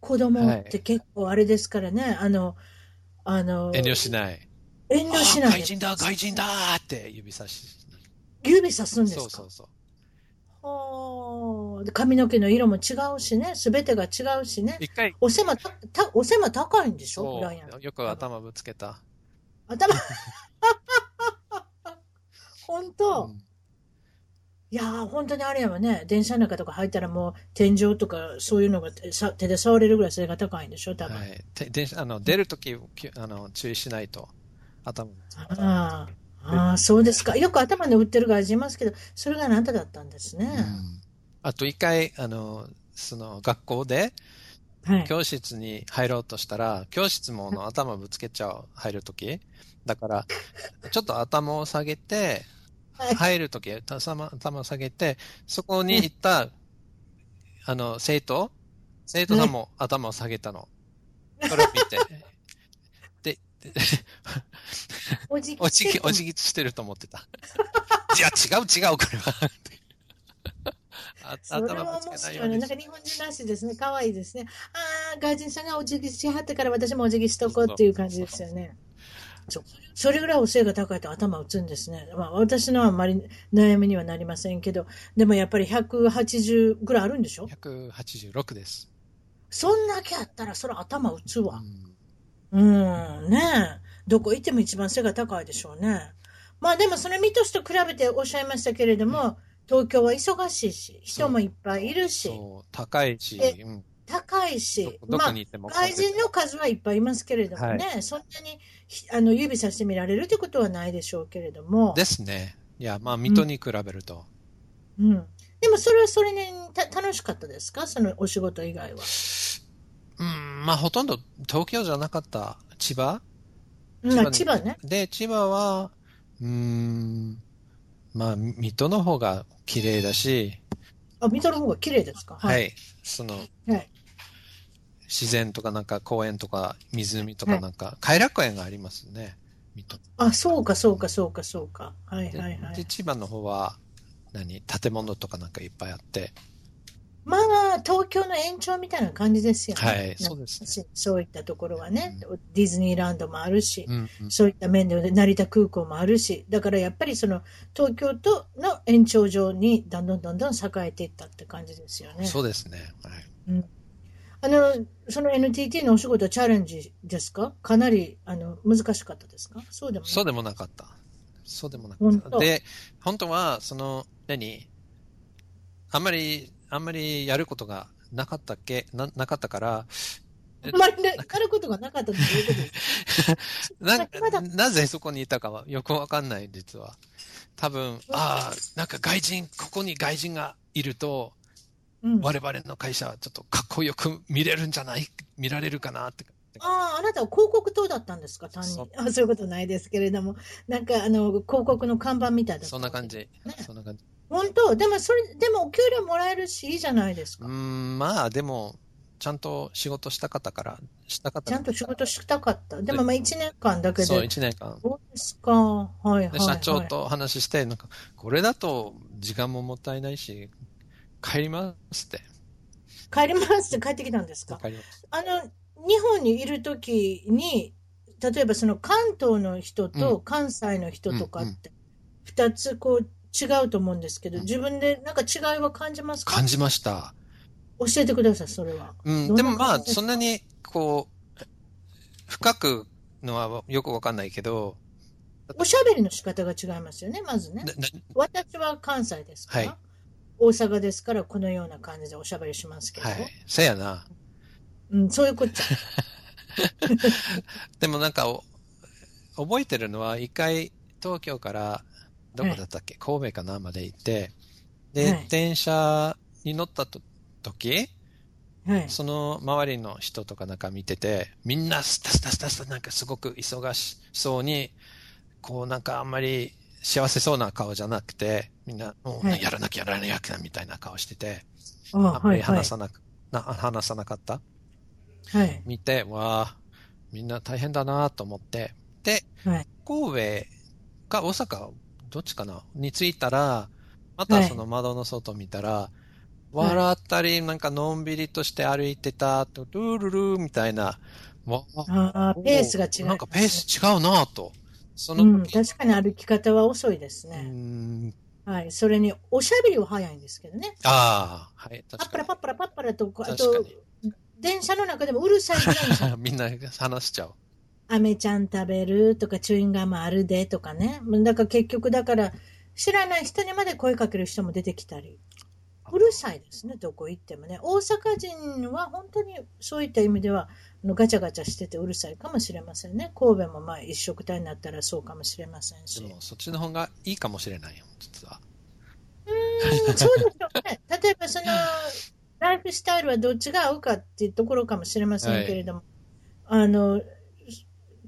Speaker 1: 子供って結構あれですからね、あの、あの、
Speaker 2: 遠慮しない。
Speaker 1: 遠慮しな
Speaker 2: あ
Speaker 1: い。
Speaker 2: 外人だ、外人だーって指差し。
Speaker 1: 指さすんですか
Speaker 2: そうそうそう。
Speaker 1: ほーで髪の毛の色も違うしね、すべてが違うしね。
Speaker 2: 一回、
Speaker 1: お背もたたお背も高いんでしょ、
Speaker 2: そ
Speaker 1: ライアン。
Speaker 2: う、よく頭ぶつけた。
Speaker 1: 頭。 本当、
Speaker 2: うん
Speaker 1: いやー、本当にあれやわね。電車の中とか入ったらもう天井とかそういうのが手さ手で触れるぐらい背が高いんでしょ多分。
Speaker 2: はい。て電車あの、出るとき、きあの、注意しないと。頭。
Speaker 1: あーあー、そうですか。よく頭で売ってる外人いますけど、それがあなただったんですね。
Speaker 2: うんあと一回、あの、その、学校で、
Speaker 1: はい。
Speaker 2: 教室に入ろうとしたら、教室もあの頭ぶつけちゃう、入るとき。だから、 ちょっと頭を下げて、
Speaker 1: はい
Speaker 2: 入るとき、頭頭を下げて、そこに行った、あの、生徒生徒さんも頭を下げたの。それを見て。で、で
Speaker 1: おじ
Speaker 2: おじぎ、おじぎしてると 思ってた。いや、違う違う、これは。あ
Speaker 1: それ
Speaker 2: 頭
Speaker 1: は
Speaker 2: ぶ
Speaker 1: 面
Speaker 2: つけない
Speaker 1: 白
Speaker 2: よ
Speaker 1: いね。
Speaker 2: う
Speaker 1: なん
Speaker 2: に
Speaker 1: か日本人らしいですね。可愛いですね。ああ、外人さんがお辞儀しはってから私もお辞儀しとこうっていう感じですよね。そうそれぐらいお背が高いと頭打つんですね。まあ私のはあんまり悩みにはなりませんけど、でもやっぱり180ぐらいあるんでしょ
Speaker 2: 186です。
Speaker 1: そんだけあったらそれ頭打つ
Speaker 2: う
Speaker 1: わ。
Speaker 2: ん
Speaker 1: うん、ねえ。どこ行っても一番背が高いでしょうね。まあでもそれ見としと比べておっしゃいましたけれども、東京は忙しいし、人もいっぱいいるし、
Speaker 2: そう、高いし、
Speaker 1: え
Speaker 2: うん、
Speaker 1: 高い
Speaker 2: ど
Speaker 1: し、
Speaker 2: ど
Speaker 1: ま
Speaker 2: こ
Speaker 1: あ
Speaker 2: に行っても混ん
Speaker 1: 外
Speaker 2: でて、
Speaker 1: 人の数はいっぱいいますけれどもね、そんなにひあの指さして見られるということはないでしょうけれども、
Speaker 2: ですね。いや、まあ、水戸に比べると。
Speaker 1: うん、でもそれはそれにた楽しかったですか、そのお仕事以外は。
Speaker 2: うん、まあ、ほとんど東京じゃなかった。千葉
Speaker 1: まあ、千
Speaker 2: 千
Speaker 1: 葉
Speaker 2: 葉
Speaker 1: ね、
Speaker 2: で、千葉は、うーん、まあ、水戸の方が綺麗だし、
Speaker 1: あ水戸の方が綺麗ですか、、
Speaker 2: はいい。その、
Speaker 1: はい
Speaker 2: 自然とかなんか公園とか湖とかなんか、偕楽園がありますね。水戸。
Speaker 1: あそうか、そうか、そうか、そうか、はい
Speaker 2: で、
Speaker 1: はいは
Speaker 2: で
Speaker 1: い。
Speaker 2: 千葉の方は、何建物とかなんかいっぱいあって。
Speaker 1: まあ、東京の延長みたいな感じですよね、
Speaker 2: はい、そうですね。
Speaker 1: しそういったところはね、ディズニーランドもあるし。
Speaker 2: うん、うん。
Speaker 1: そういった面で成田空港もあるし、だからやっぱりその東京との延長上にどんどんどんどん栄えていったって感じですよね。
Speaker 2: そうですね。はい。
Speaker 1: あのその NTT のお仕事チャレンジですかかなりあの難しかったですかそうでもない
Speaker 2: そうでもなかった。そうでもなか
Speaker 1: 本
Speaker 2: っ
Speaker 1: 当
Speaker 2: た。で、本当は、その、何あんまり、あんまりやることがなかったっけな、なかったから、
Speaker 1: あんまりななることがなかったということです。
Speaker 2: な
Speaker 1: まだ
Speaker 2: なぜそこにいたかはよくわかんない、実は。多分、ああ、なんか外人、ここに外人がいると、
Speaker 1: うん、あ
Speaker 2: 我々の会社はちょっとかっこよく見れるんじゃない見られるかなって。
Speaker 1: あ、あなたは広告塔だったんですか、単に。
Speaker 2: そう
Speaker 1: あそういうことないですけれども、なんかあの広告の看板みたいだった
Speaker 2: そんな感。じ。
Speaker 1: ね
Speaker 2: そんな感じ。
Speaker 1: 本当、でもそれ、でもお給料もらえるし、いいじゃないです
Speaker 2: う
Speaker 1: か。
Speaker 2: ーん、まあでも、ちゃんと仕事した方から、した方
Speaker 1: ちゃんと仕事したかった。でもまあ1年間だけ
Speaker 2: そう、
Speaker 1: で。
Speaker 2: 1年間。
Speaker 1: そうですか。はいはい、は
Speaker 2: で
Speaker 1: い。
Speaker 2: 社長と話して、なんか、これだと時間ももったいないし、帰りますって。
Speaker 1: 帰りますって帰ってきたんですか。
Speaker 2: 帰ります。
Speaker 1: あの、日本にいるときに、例えばその関東の人と関西の人とかって、二つこう違うと思うんですけど、
Speaker 2: うん
Speaker 1: 自分でなんか違いは感じますか
Speaker 2: 感じました。
Speaker 1: 教えてください、それは。
Speaker 2: うん、
Speaker 1: どん
Speaker 2: で
Speaker 1: な
Speaker 2: もま
Speaker 1: 感
Speaker 2: あ、
Speaker 1: じですか
Speaker 2: そんなに、こう、深くのはよくわかんないけど、
Speaker 1: おしゃべりの仕方が違いますよね、まずね。
Speaker 2: なな
Speaker 1: 私は関西ですから、
Speaker 2: はい
Speaker 1: 大阪ですから、このような感じでおしゃべりしますけど、
Speaker 2: はい、せやな。
Speaker 1: うん、そういうこっちゃ。
Speaker 2: でもなんかお、覚えてるのは、一回、東京から、どこだったっけ、神戸かなまで行って、で、
Speaker 1: はい
Speaker 2: 電車に乗ったと時、
Speaker 1: はい、
Speaker 2: その周りの人とかなんか見てて、みんなスタスタスタスタなんかすごく忙しそうに、こうなんかあんまり幸せそうな顔じゃなくて、みんなもう
Speaker 1: はい
Speaker 2: やらなきゃやらなきゃみたいな顔してて、
Speaker 1: あ
Speaker 2: あんま
Speaker 1: は
Speaker 2: り
Speaker 1: い、はい
Speaker 2: 話、さなく、な話さなかった
Speaker 1: はい、
Speaker 2: 見て、わあ、みんな大変だなと思って。で、
Speaker 1: はい
Speaker 2: 神戸か大阪、どっちかなに着いたら、またその窓の外見たら、笑ったり、なんかのんびりとして歩いてた、とルールルーみたいな、わあ
Speaker 1: あーペースが違う、
Speaker 2: なんかペース違うなと。その
Speaker 1: うん、
Speaker 2: 時、
Speaker 1: 確かに歩き方は遅いです
Speaker 2: うー
Speaker 1: ね。
Speaker 2: ん、
Speaker 1: はい、それにおしゃべりは早いんですけどね、
Speaker 2: ああ、はい、
Speaker 1: パッ
Speaker 2: 確
Speaker 1: パラ
Speaker 2: か
Speaker 1: パッパラパッパラと、あ
Speaker 2: 確
Speaker 1: と電車の中でもうるさいぐらいに、
Speaker 2: に。 みんな話し ちゃう。
Speaker 1: アメちゃん食べるとか、チューインガムあるでとかね、だから結局、だから知らない人にまで声かける人も出てきたり、うるさいですね、どこ行ってもね、大阪人は本当にそういった意味では、あのガチャガチャしててうるさいかもしれませんね、神戸もまあ一緒くたになったらそうかもしれませんし。
Speaker 2: でも、そっちの方がいいかもしれないよ、実は。
Speaker 1: うんそうでしょうね。例えばその、ライフスタイルはどっちが合うかっていうところかもしれませんけれども、あの、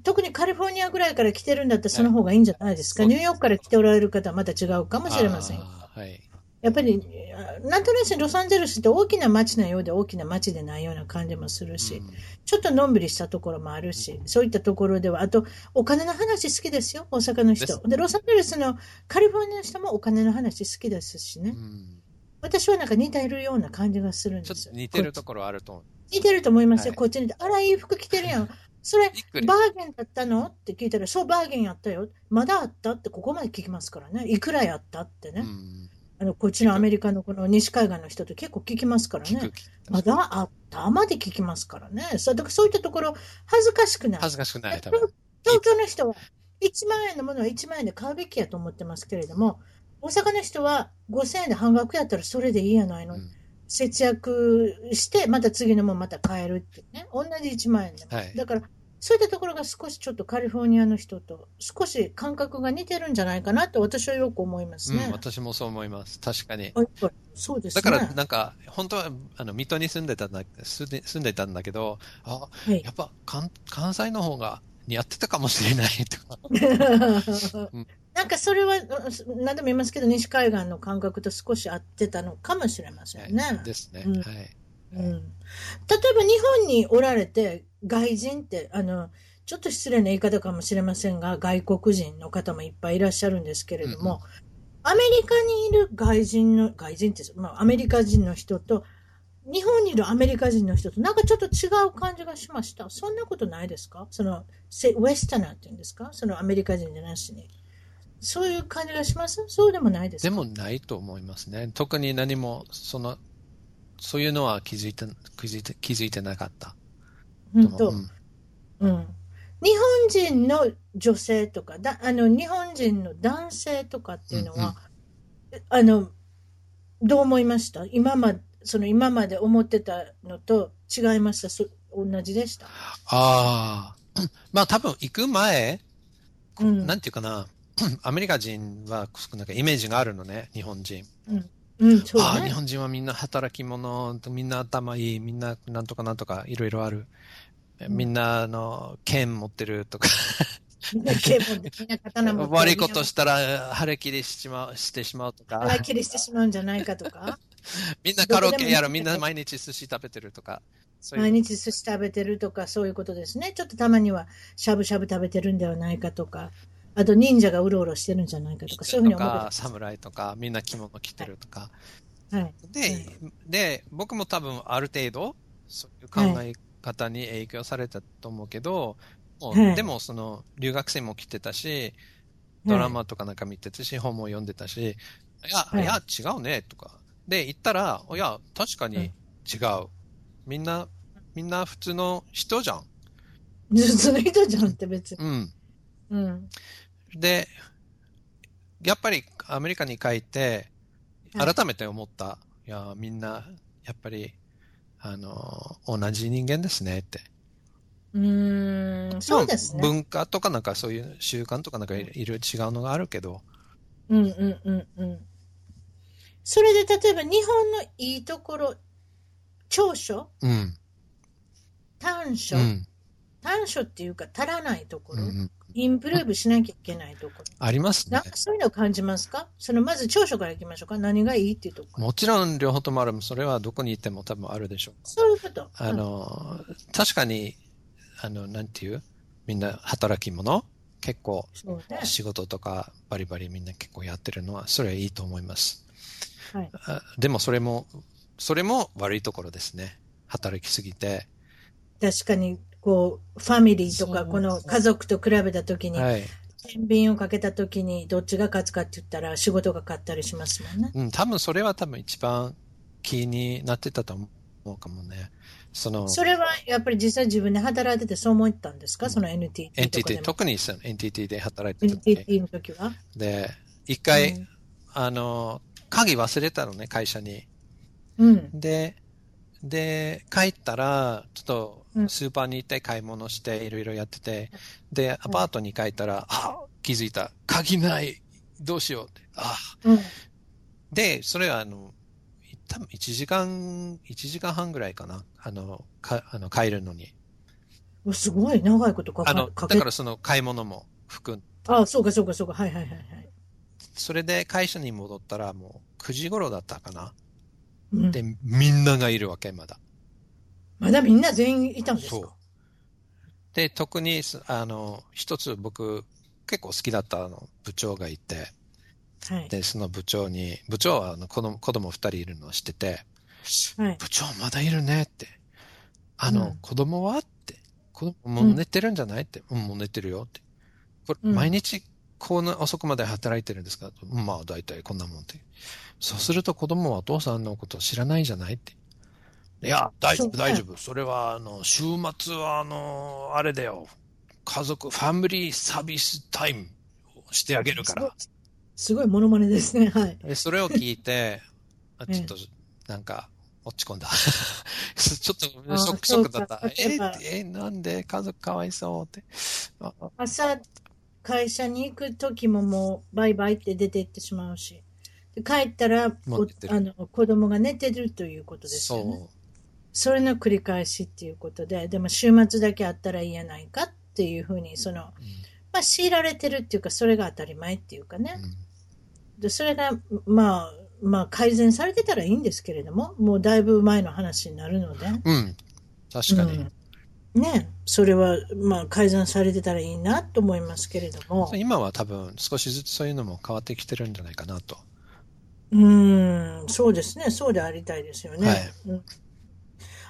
Speaker 1: 特にカリフォルニアぐらいから来てるんだったらその方がいいんじゃないですか。
Speaker 2: はい
Speaker 1: ニューヨークから来ておられる方はまた違うかもしれません。
Speaker 2: あーはい。
Speaker 1: やっぱり、あなんとなくロサンゼルスって大きな街なようで大きな街でないような感じもするし、
Speaker 2: うん
Speaker 1: ちょっとのんびりしたところもあるし、そういったところでは、あと、お金の話好きですよ、大阪の人。
Speaker 2: で
Speaker 1: で、ロサンゼルスのカリフォルニアの人もお金の話好きですしね。
Speaker 2: うん
Speaker 1: 私はなんか似ているような感じがするん
Speaker 2: ちょ
Speaker 1: で
Speaker 2: っ
Speaker 1: す
Speaker 2: と
Speaker 1: よ。
Speaker 2: 似てるところあると思う。
Speaker 1: 似てると思いますよ、
Speaker 2: はい
Speaker 1: こっちに。あら、いい服着てるや ん。それ、
Speaker 2: びっくり
Speaker 1: バ。ーゲンだったのって聞いたら、そう、バーゲンやったよ。まだあったって、ここまで聞きますからね。いくらやったってね。
Speaker 2: うん
Speaker 1: あの、こっちのアメリカのこの西海岸の人と結構聞きますから
Speaker 2: 聞く
Speaker 1: ね。
Speaker 2: 聞く
Speaker 1: まだあったまで聞きますからね。そうだからそういったところ、恥ずかしくない。
Speaker 2: 恥ずかしくない、多分。
Speaker 1: 東京の人は1万円のものは1万円で買うべきやと思ってますけれども、大阪の人は5000円で半額やったらそれでいいやないの。
Speaker 2: うん
Speaker 1: 節約して、また次のもんまた買えるっていうね。同じ1万円でも。
Speaker 2: はい
Speaker 1: だから、そういったところが少しちょっとカリフォルニアの人と少し感覚が似てるんじゃないかなと私はよく思いますね。
Speaker 2: うん、私もそう思います。確かに。
Speaker 1: あやっぱりそうです
Speaker 2: だ
Speaker 1: ね。
Speaker 2: から、なんか、本当は、あの、水戸に住んでたんだ、住んで住んでたんだけど、あ、
Speaker 1: はい
Speaker 2: やっぱ、関関西の方が似合ってたかもしれないとか。 ん
Speaker 1: なんかそれはうん何でも言いますけど西海岸の感覚と少し合ってたのかもしれませんね。
Speaker 2: はいですね。
Speaker 1: うん
Speaker 2: はい。
Speaker 1: うん、例えば日本におられて外人ってあのちょっと失礼な言い方かもしれませんが外国人の方もいっぱいいらっしゃるんですけれども、アメリカにいる外人の外人って、まあ、アメリカ人の人と日本にいるアメリカ人の人となんかちょっと違う感じがしましたそんなことないですかそのせウェスタナーっていうんですかそのアメリカ人じゃなしにそういう感じがしますそうでもないです
Speaker 2: で
Speaker 1: か
Speaker 2: も、ないと思いますね。特に何も、その、そういうのは気づいて、気づいて、気づいてなかったと
Speaker 1: 本
Speaker 2: 思う。
Speaker 1: 当、
Speaker 2: うん
Speaker 1: うん日本人の女性とかだあの日本人の男性とかっていうのは、あのどう思いました今まその今まで思ってたのと違いましたそ同じでした。
Speaker 2: ああ。まあ多分行く前、
Speaker 1: うん。
Speaker 2: なんていうかな、 アメリカ人はなんかイメージがあるのね、日本人。
Speaker 1: うん、そ
Speaker 2: あ
Speaker 1: う
Speaker 2: あ、日
Speaker 1: ね。
Speaker 2: 本人はみんな働き者、みんな頭いい、みんななんとかなんとかいろいろある。
Speaker 1: うん
Speaker 2: みんなあの剣持ってるとか、
Speaker 1: みんな剣持ってみんな刀 持って
Speaker 2: 悪いことしたら晴れ切りしまうしてしまうとか、
Speaker 1: 腹切りしてしまうんじゃないかとか、
Speaker 2: みんなカラオケや
Speaker 1: どこで
Speaker 2: る、
Speaker 1: も
Speaker 2: みんな毎日寿司食べてる とか、そう
Speaker 1: 毎
Speaker 2: いう。
Speaker 1: 日寿司食べてるとか、そういうことですね。ちょっとたまにはしゃぶしゃぶ食べてるんではないかとか、あと忍者がうろうろしてるんじゃないかとか、そういうふうに
Speaker 2: と
Speaker 1: 思って
Speaker 2: か
Speaker 1: ま、す。
Speaker 2: 侍とか、みんな着物着てるとか。
Speaker 1: はい。
Speaker 2: で、で、僕も多分ある程度、そういう考え方に影響されたと思うけど、もう
Speaker 1: はい
Speaker 2: でもその、留学生も来てたし、ドラマとかなんか見てたし、本も読んでたし、いや、
Speaker 1: はい
Speaker 2: い、や、違うね、とか。で、行ったら、いや、確か
Speaker 1: うん
Speaker 2: に違う。みんな、みんな普通の人じゃん。
Speaker 1: はい。普通の人じゃんって別に。
Speaker 2: うん。
Speaker 1: うん。
Speaker 2: で、やっぱりアメリカに帰って、
Speaker 1: はい
Speaker 2: 改めて思った。いや、みんな、やっぱり、あの、同じ人間ですねって。
Speaker 1: うーん、そうですね。
Speaker 2: 文化とかなんかそういう習慣とかなんかいろいろ違うのがあるけど。
Speaker 1: うんうんうんうん。それで例えば日本のいいところ、長所、
Speaker 2: うん。
Speaker 1: 短所、
Speaker 2: うん。
Speaker 1: 短所っていうか足らないとこ
Speaker 2: う
Speaker 1: ろ、
Speaker 2: ん。
Speaker 1: インプルーブしなきゃいけないところ。
Speaker 2: あります
Speaker 1: な
Speaker 2: ね
Speaker 1: ん。かそういうのを感じますかそのまず長所からいきましょうか。何がいいっていうところ。
Speaker 2: もちろん両方ともある。それはどこに行っても多分あるでしょう。
Speaker 1: そういうこと。
Speaker 2: あの、確かに、あの、なんていうみんな働き者結構
Speaker 1: うん、そうね。
Speaker 2: 仕事とかバリバリみんな結構やってるのは、それはいいと思います。
Speaker 1: はい
Speaker 2: あでもそれも、それも悪いところですね。働きすぎて。
Speaker 1: 確かに、こう、ファミリーとか、
Speaker 2: そう
Speaker 1: この家族と比べたときに、
Speaker 2: はい。
Speaker 1: 天秤をかけたときに、どっちが勝つかって言ったら、仕事が勝ったりしますもんね。
Speaker 2: うん、多分それは多分一番気になってたと思うかもね。その、
Speaker 1: それはやっぱり実際自分で働いててそう思ったんですかその NTT とか
Speaker 2: NTT、
Speaker 1: でも。
Speaker 2: 特にその NTT で働いてた時
Speaker 1: NTT の時は。
Speaker 2: で、一回、
Speaker 1: うん
Speaker 2: あの、鍵忘れたのね、会社に。
Speaker 1: うん。
Speaker 2: で、で、帰ったら、ちょっと
Speaker 1: うん
Speaker 2: スーパーに行って買い物していろいろやってて、で、アパートに帰ったら、あ気づいた。鍵ない。どうしようって。あ
Speaker 1: うん。
Speaker 2: で、それはあの、多分1時間、一時間半ぐらいかな。あの、か、あの、帰るのに。
Speaker 1: おすごい長いことか
Speaker 2: あの、
Speaker 1: かか
Speaker 2: だか
Speaker 1: け
Speaker 2: らその買い物も含ん
Speaker 1: ああ、そうかそうかそうか。はいはいはいはい。
Speaker 2: それで会社に戻ったらもう9時頃だったかな。
Speaker 1: うん、
Speaker 2: で、みんながいるわけ、まだ。
Speaker 1: まだみんな全員いたんです
Speaker 2: そう
Speaker 1: か。
Speaker 2: で、特にす、あの、一つ僕、結構好きだったあの部長がいて、
Speaker 1: はい。
Speaker 2: で、その部長に、部長はあの子供、子供二人いるのを知ってて、
Speaker 1: はい。
Speaker 2: 部長まだいるねって。あの、
Speaker 1: うん
Speaker 2: 子供はって。子供もう寝てるんじゃないって。うん、もう寝てるよって。これ、
Speaker 1: うん
Speaker 2: 毎日、こんな遅くまで働いてるんですかうんまあ、大体こんなもんって。そうすると子供はお父さんのこと知らないじゃないって。いや、大丈
Speaker 1: そう
Speaker 2: 夫、大丈夫。それは、あの、週末は、あの、あれだよ。家族、ファミリーサービスタイムをしてあげるから。
Speaker 1: すごいモノマネですね。はい。
Speaker 2: でそれを聞いて、あ
Speaker 1: うん
Speaker 2: ちょっと、なんか、落ち込んだ。 ちょっ
Speaker 1: あ
Speaker 2: と、ショック、シ
Speaker 1: そ
Speaker 2: ョッ
Speaker 1: う
Speaker 2: ク
Speaker 1: か
Speaker 2: だった。
Speaker 1: 例えば
Speaker 2: え、え、なんで家族かわいそうって。ああ
Speaker 1: 朝、会社に行く時ももう、バイバイって出て行ってしまうし。で帰ったら、
Speaker 2: もう
Speaker 1: お
Speaker 2: 寝てる
Speaker 1: あの子供が寝てるということですよね。
Speaker 2: そ
Speaker 1: それの繰り返しっていうことで、でも週末だけあったらいいやないかっていうふうに、その、
Speaker 2: う。う
Speaker 1: まあ、強いられてるっていうか、それが当たり前っていうかね
Speaker 2: ん。うん
Speaker 1: で、それが、まあ、まあ、改善されてたらいいんですけれども、もうだいぶ前の話になるので。
Speaker 2: うん。確かに。
Speaker 1: うんね、それは、まあ、改善されてたらいいなと思いますけれども。
Speaker 2: 今は多分、少しずつそういうのも変わってきてるんじゃないかなと。
Speaker 1: うーん、そうですね。そうでありたいですよね。
Speaker 2: はい
Speaker 1: うん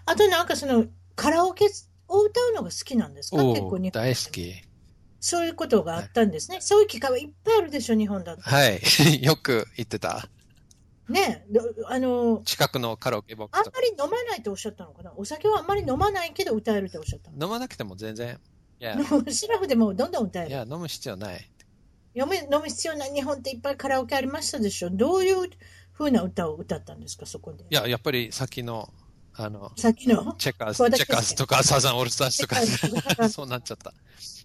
Speaker 1: あとなんかその、カラオケを歌うのが好きなんですか結
Speaker 2: お
Speaker 1: 構
Speaker 2: ー
Speaker 1: 日本
Speaker 2: 大好き。
Speaker 1: そういうことがあったんですね。そういう機会はいっぱいあるでしょ、日本だと。
Speaker 2: はい。 よく行ってた。
Speaker 1: ねえ、どあの、
Speaker 2: 近くのカラオケボッ
Speaker 1: あ
Speaker 2: ク
Speaker 1: ん
Speaker 2: スとか
Speaker 1: まり飲まないとおっしゃったのかなお酒はあんまり飲まないけど歌えるっておっしゃったの。
Speaker 2: 飲まなくても全然。いや、
Speaker 1: シラフでもどんどん歌え
Speaker 2: い
Speaker 1: る。
Speaker 2: や、飲む必要ない。
Speaker 1: 飲む飲む必要ない日本っていっぱいカラオケありましたでしょどういうふうな歌を歌ったんですか、そこで。
Speaker 2: いや、やっぱりさっきの、あの、
Speaker 1: さっきの
Speaker 2: チェカー
Speaker 1: そう
Speaker 2: ズ、
Speaker 1: だ
Speaker 2: チェカーズとか、サザンオールスタ ーズと
Speaker 1: チェカーズと
Speaker 2: か、
Speaker 1: か
Speaker 2: そうなっちゃった。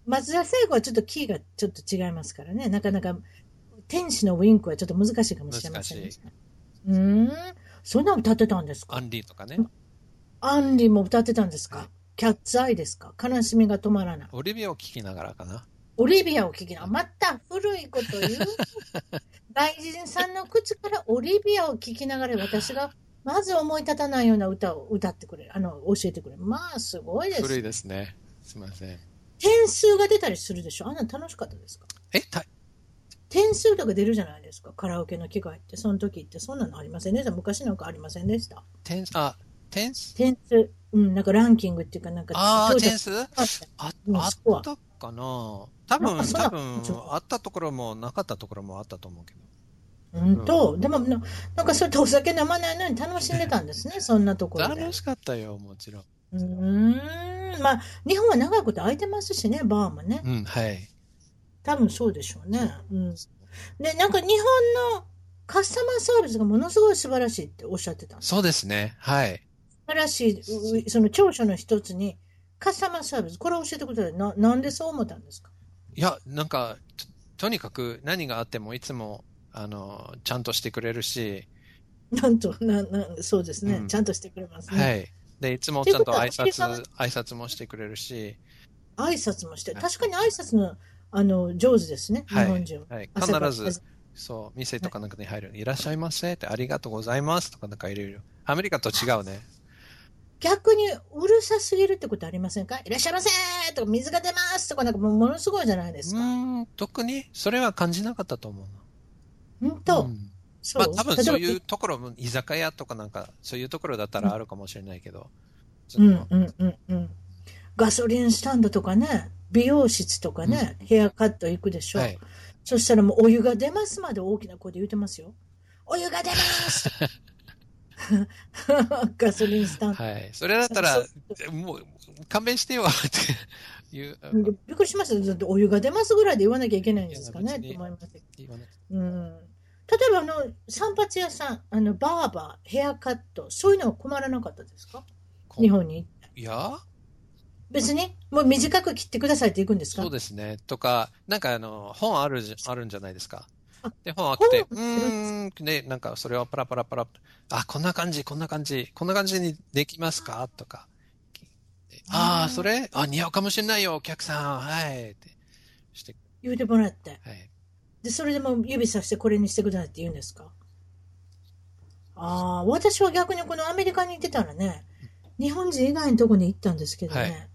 Speaker 1: 松田聖子はちょっとキーがちょっと違いますからね。なかなか、天使のウィンクはちょっと難しいかもしれませんね
Speaker 2: 難し。
Speaker 1: うーん。そんなの歌ってたんです
Speaker 2: ア
Speaker 1: か
Speaker 2: ンリーとかね。
Speaker 1: アンリも歌ってたんです
Speaker 2: はい
Speaker 1: かキャッツアイですか悲しみが止まらない。
Speaker 2: オリビアを聞きながらかな。
Speaker 1: オリビアを聞きな。また古いこと 言う。外人さんの口からオリビアを聞きながら私がまず思い立たないような歌を歌ってくれる。あの、教えてくれる。まあ、すごいで
Speaker 2: 古い
Speaker 1: す。
Speaker 2: ですね。すみません。
Speaker 1: 点数が出たりするでしょあんなの楽しかったですか
Speaker 2: え、た
Speaker 1: 点数とか出るじゃないですか。カラオケの機会って、その時ってそんなのありませんでした。昔なんかありませんでした。
Speaker 2: 点、あ、点数
Speaker 1: 点数、うん、なんかランキングっていうか、なんか、
Speaker 2: ああ、
Speaker 1: そうじゃ
Speaker 2: 点数あ、
Speaker 1: なかった
Speaker 2: あ
Speaker 1: うんそうは
Speaker 2: ったかな多
Speaker 1: なんか
Speaker 2: 分、
Speaker 1: そんな
Speaker 2: 多分
Speaker 1: ちょっ、と
Speaker 2: あったところもなかったところもあったと思うけど。
Speaker 1: うんと、でもな、なんかそれとお酒飲まないのに楽しんでたんですね、そんなところで。
Speaker 2: 楽しかったよ、もちろん。
Speaker 1: うーん、まあ、日本は長いこと空いてますしね、バーもね。
Speaker 2: うん、はい。
Speaker 1: 多分そうでしょうね。うん。で、なんか日本のカスタマーサービスがものすごい素晴らしいっておっしゃってたんです。素
Speaker 2: そうですね。はい。
Speaker 1: 晴らしい、うその長所の一つに、カスタマーサービス、これを教えてください。な、なんでそう思ったんですか
Speaker 2: いや、なんか、ととにかく何があってもいつも、あの、ちゃんとしてくれるし、
Speaker 1: なんと、な、な、そうですね。
Speaker 2: うん
Speaker 1: ちゃんとしてくれますね。
Speaker 2: はい。で、いつもちゃんと挨
Speaker 1: ということはお
Speaker 2: 拶、挨拶もしてくれるし、
Speaker 1: 挨拶もして、
Speaker 2: はい
Speaker 1: 確かに挨拶の、あの、上手ですね、
Speaker 2: はい
Speaker 1: 日本人は。
Speaker 2: はい。
Speaker 1: 汗ば
Speaker 2: 必ず
Speaker 1: 汗、
Speaker 2: そう、店とかなんかに入る。いらっしゃいませって、ありがとうございますとかなんかいろいろ。アメリカと違うね。
Speaker 1: 逆にうるさすぎるってことありませんかいらっしゃいませーとか、水が出ますとか、なんかもうものすごいじゃないで
Speaker 2: う
Speaker 1: すか。
Speaker 2: ーん、特に、それは感じなかったと思うな。
Speaker 1: 本当、
Speaker 2: うん
Speaker 1: そ
Speaker 2: まあ
Speaker 1: う。
Speaker 2: 多分そうい
Speaker 1: 例え
Speaker 2: うところも、居酒屋とかなんか、そういうところだったらあるかもしれないけど。そ
Speaker 1: ば。うん
Speaker 2: の
Speaker 1: うんうんうん。ガソリンスタンドとかね、美容室とかね、ヘアカット行くでしょ。
Speaker 2: はい。
Speaker 1: そしたらもうお湯が出ますまで大きな声で言ってますよ。お湯が出ます ガソリンスタンド。
Speaker 2: はい。それだった
Speaker 1: そ
Speaker 2: ら
Speaker 1: う、
Speaker 2: もう、勘弁してよっていう。
Speaker 1: びっくりしました。だってお湯が出ますぐらいで言わなきゃいけないんですか
Speaker 2: いや
Speaker 1: ね
Speaker 2: 別に
Speaker 1: と思います。
Speaker 2: 言わなく
Speaker 1: うん。例えばあの散髪屋さん、あのバーバー、ヘアカット、そういうのは困らなかったですか？
Speaker 2: こ
Speaker 1: 日本に
Speaker 2: いや、
Speaker 1: 別にもう短く切ってくださいって行くんですか？
Speaker 2: そうですね。とか、なんかあの、本あるじ、あるんじゃないですか
Speaker 1: あ。
Speaker 2: で、本あって、う
Speaker 1: 本売ってる
Speaker 2: ーん、ね、なんかそれをパラパラパラ、あ、こんな感じ、こんな感じ、こんな感じにできますかとか。ああ、それあ、似合うかもしれないよ、お客さん。はい。ってして、
Speaker 1: 言うてもらって、
Speaker 2: はい。
Speaker 1: でそれでもう指さしてこれにしてくださいって言うんですか？ああ、私は逆にこのアメリカに行ってたらね、日本人以外のとこに行ったんですけどね、
Speaker 2: はい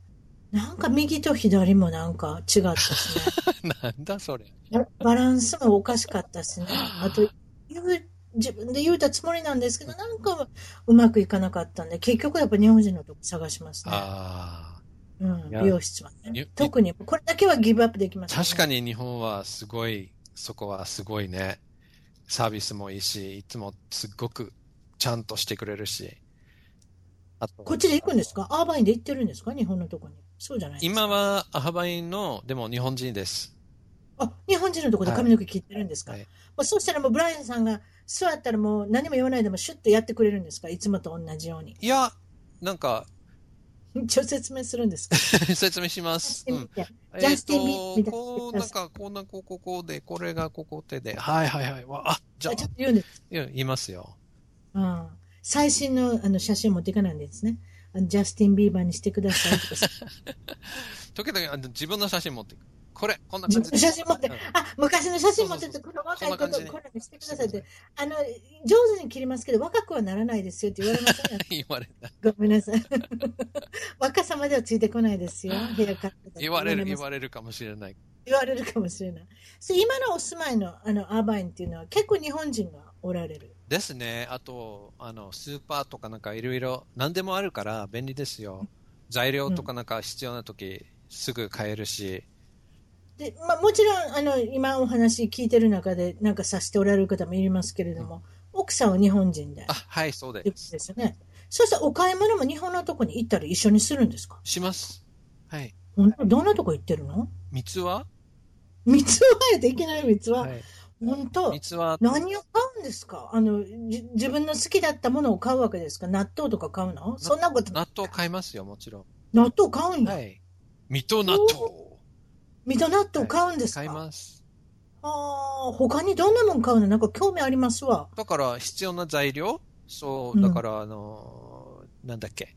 Speaker 1: なんか右と左もなんか違ったしね。
Speaker 2: なんだそれ。
Speaker 1: ババランスもおかしかったしね。あと、言う自分で言うたつもりなんですけど、なんかうまくいかなかったんで、結局やっぱ日本人のとこ探しますね。
Speaker 2: ああ。
Speaker 1: うん、
Speaker 2: いや
Speaker 1: 美容室はね
Speaker 2: ゆ。
Speaker 1: 特に、これだけはギブアップできました、ね。
Speaker 2: 確かに日本はすごい、そこはすごいね。サービスもいいし、いつもすっごくちゃんとしてくれるし。あと、
Speaker 1: こっちで行くんですかアーバインで行ってるんですか日本のとこに。そうじゃないですか。
Speaker 2: 今はアハバインの、でも日本人です。
Speaker 1: あ、日本人のとこで髪の毛切ってるんですか、
Speaker 2: はいはい
Speaker 1: もうそうしたらもうブライアンさんが座ったらもう何も言わないでもシュッとやってくれるんですかいつもと同じように。
Speaker 2: いや、なんか、
Speaker 1: 一応説明するんですか
Speaker 2: 説明します。
Speaker 1: して
Speaker 2: う
Speaker 1: み
Speaker 2: ん。
Speaker 1: て
Speaker 2: え
Speaker 1: ジャ
Speaker 2: っ
Speaker 1: スティンビーみた
Speaker 2: と、
Speaker 1: いな
Speaker 2: こう、なんか、こうなん、こう、こうこうで、これがここ手で、はいはいはい。わあ、じゃ
Speaker 1: あ
Speaker 2: あ
Speaker 1: ちょっ、と言うんです
Speaker 2: いや言いますよ。
Speaker 1: うん最新のあの写真持っていかないんですね。あのジャスティン・ビーバーにしてくださいとか。
Speaker 2: 時々、あの自分の写真持っていく。これ、こん な
Speaker 1: 自
Speaker 2: 感
Speaker 1: 分
Speaker 2: じ
Speaker 1: の
Speaker 2: で。
Speaker 1: 写真持って、
Speaker 2: うん
Speaker 1: あ、昔の写真持ってて、この若い
Speaker 2: そ
Speaker 1: こ
Speaker 2: んな
Speaker 1: と
Speaker 2: 感じ
Speaker 1: これにしてくださいって、あの、上手に切りますけど、若くはならないですよって言われませんよ
Speaker 2: 言われ た。
Speaker 1: ごめんなさい。若さまではついてこないですよ。部屋から
Speaker 2: 言われる、言
Speaker 1: ます
Speaker 2: われるかもしれない。
Speaker 1: 言われるかもしれない。そう今のお住まいのあのアーバインっていうのは、結構日本人がおられる。
Speaker 2: ですね。あと、あの、スーパーとかなんかいろいろ、何でもあるから便利ですよ。材料とかなんか必要な時、すぐ買えるし。
Speaker 1: で、まあ、もちろん、あの、今お話聞いてる中で、なんかさしておられる方もいますけれども、奥さんは日本人で、
Speaker 2: あ、はい、そう
Speaker 1: って
Speaker 2: で
Speaker 1: こと
Speaker 2: す。
Speaker 1: ですよね。そうしたらお買い物も日本のとこに行ったり一緒にするんですか
Speaker 2: します。はい。
Speaker 1: 本当どんなとこ行ってるの
Speaker 2: 三つは
Speaker 1: 三つ葉やっていけない三つ葉、
Speaker 2: はい。
Speaker 1: 本当
Speaker 2: 三つは、
Speaker 1: 何を買うんですかあの、じ自分の好きだったものを買うわけですか納豆とか買うのそんなこと
Speaker 2: 納豆買いますよ、もちろ
Speaker 1: 納豆買うん
Speaker 2: ん。
Speaker 1: だ、
Speaker 2: はい。水戸納豆。
Speaker 1: 水戸納豆買うんですか、
Speaker 2: 買います。
Speaker 1: ああ、他にどんなもん買うのなんか興味ありますわ。
Speaker 2: だから、必要な材料そうう、
Speaker 1: ん
Speaker 2: だから、あのーなんだっけ。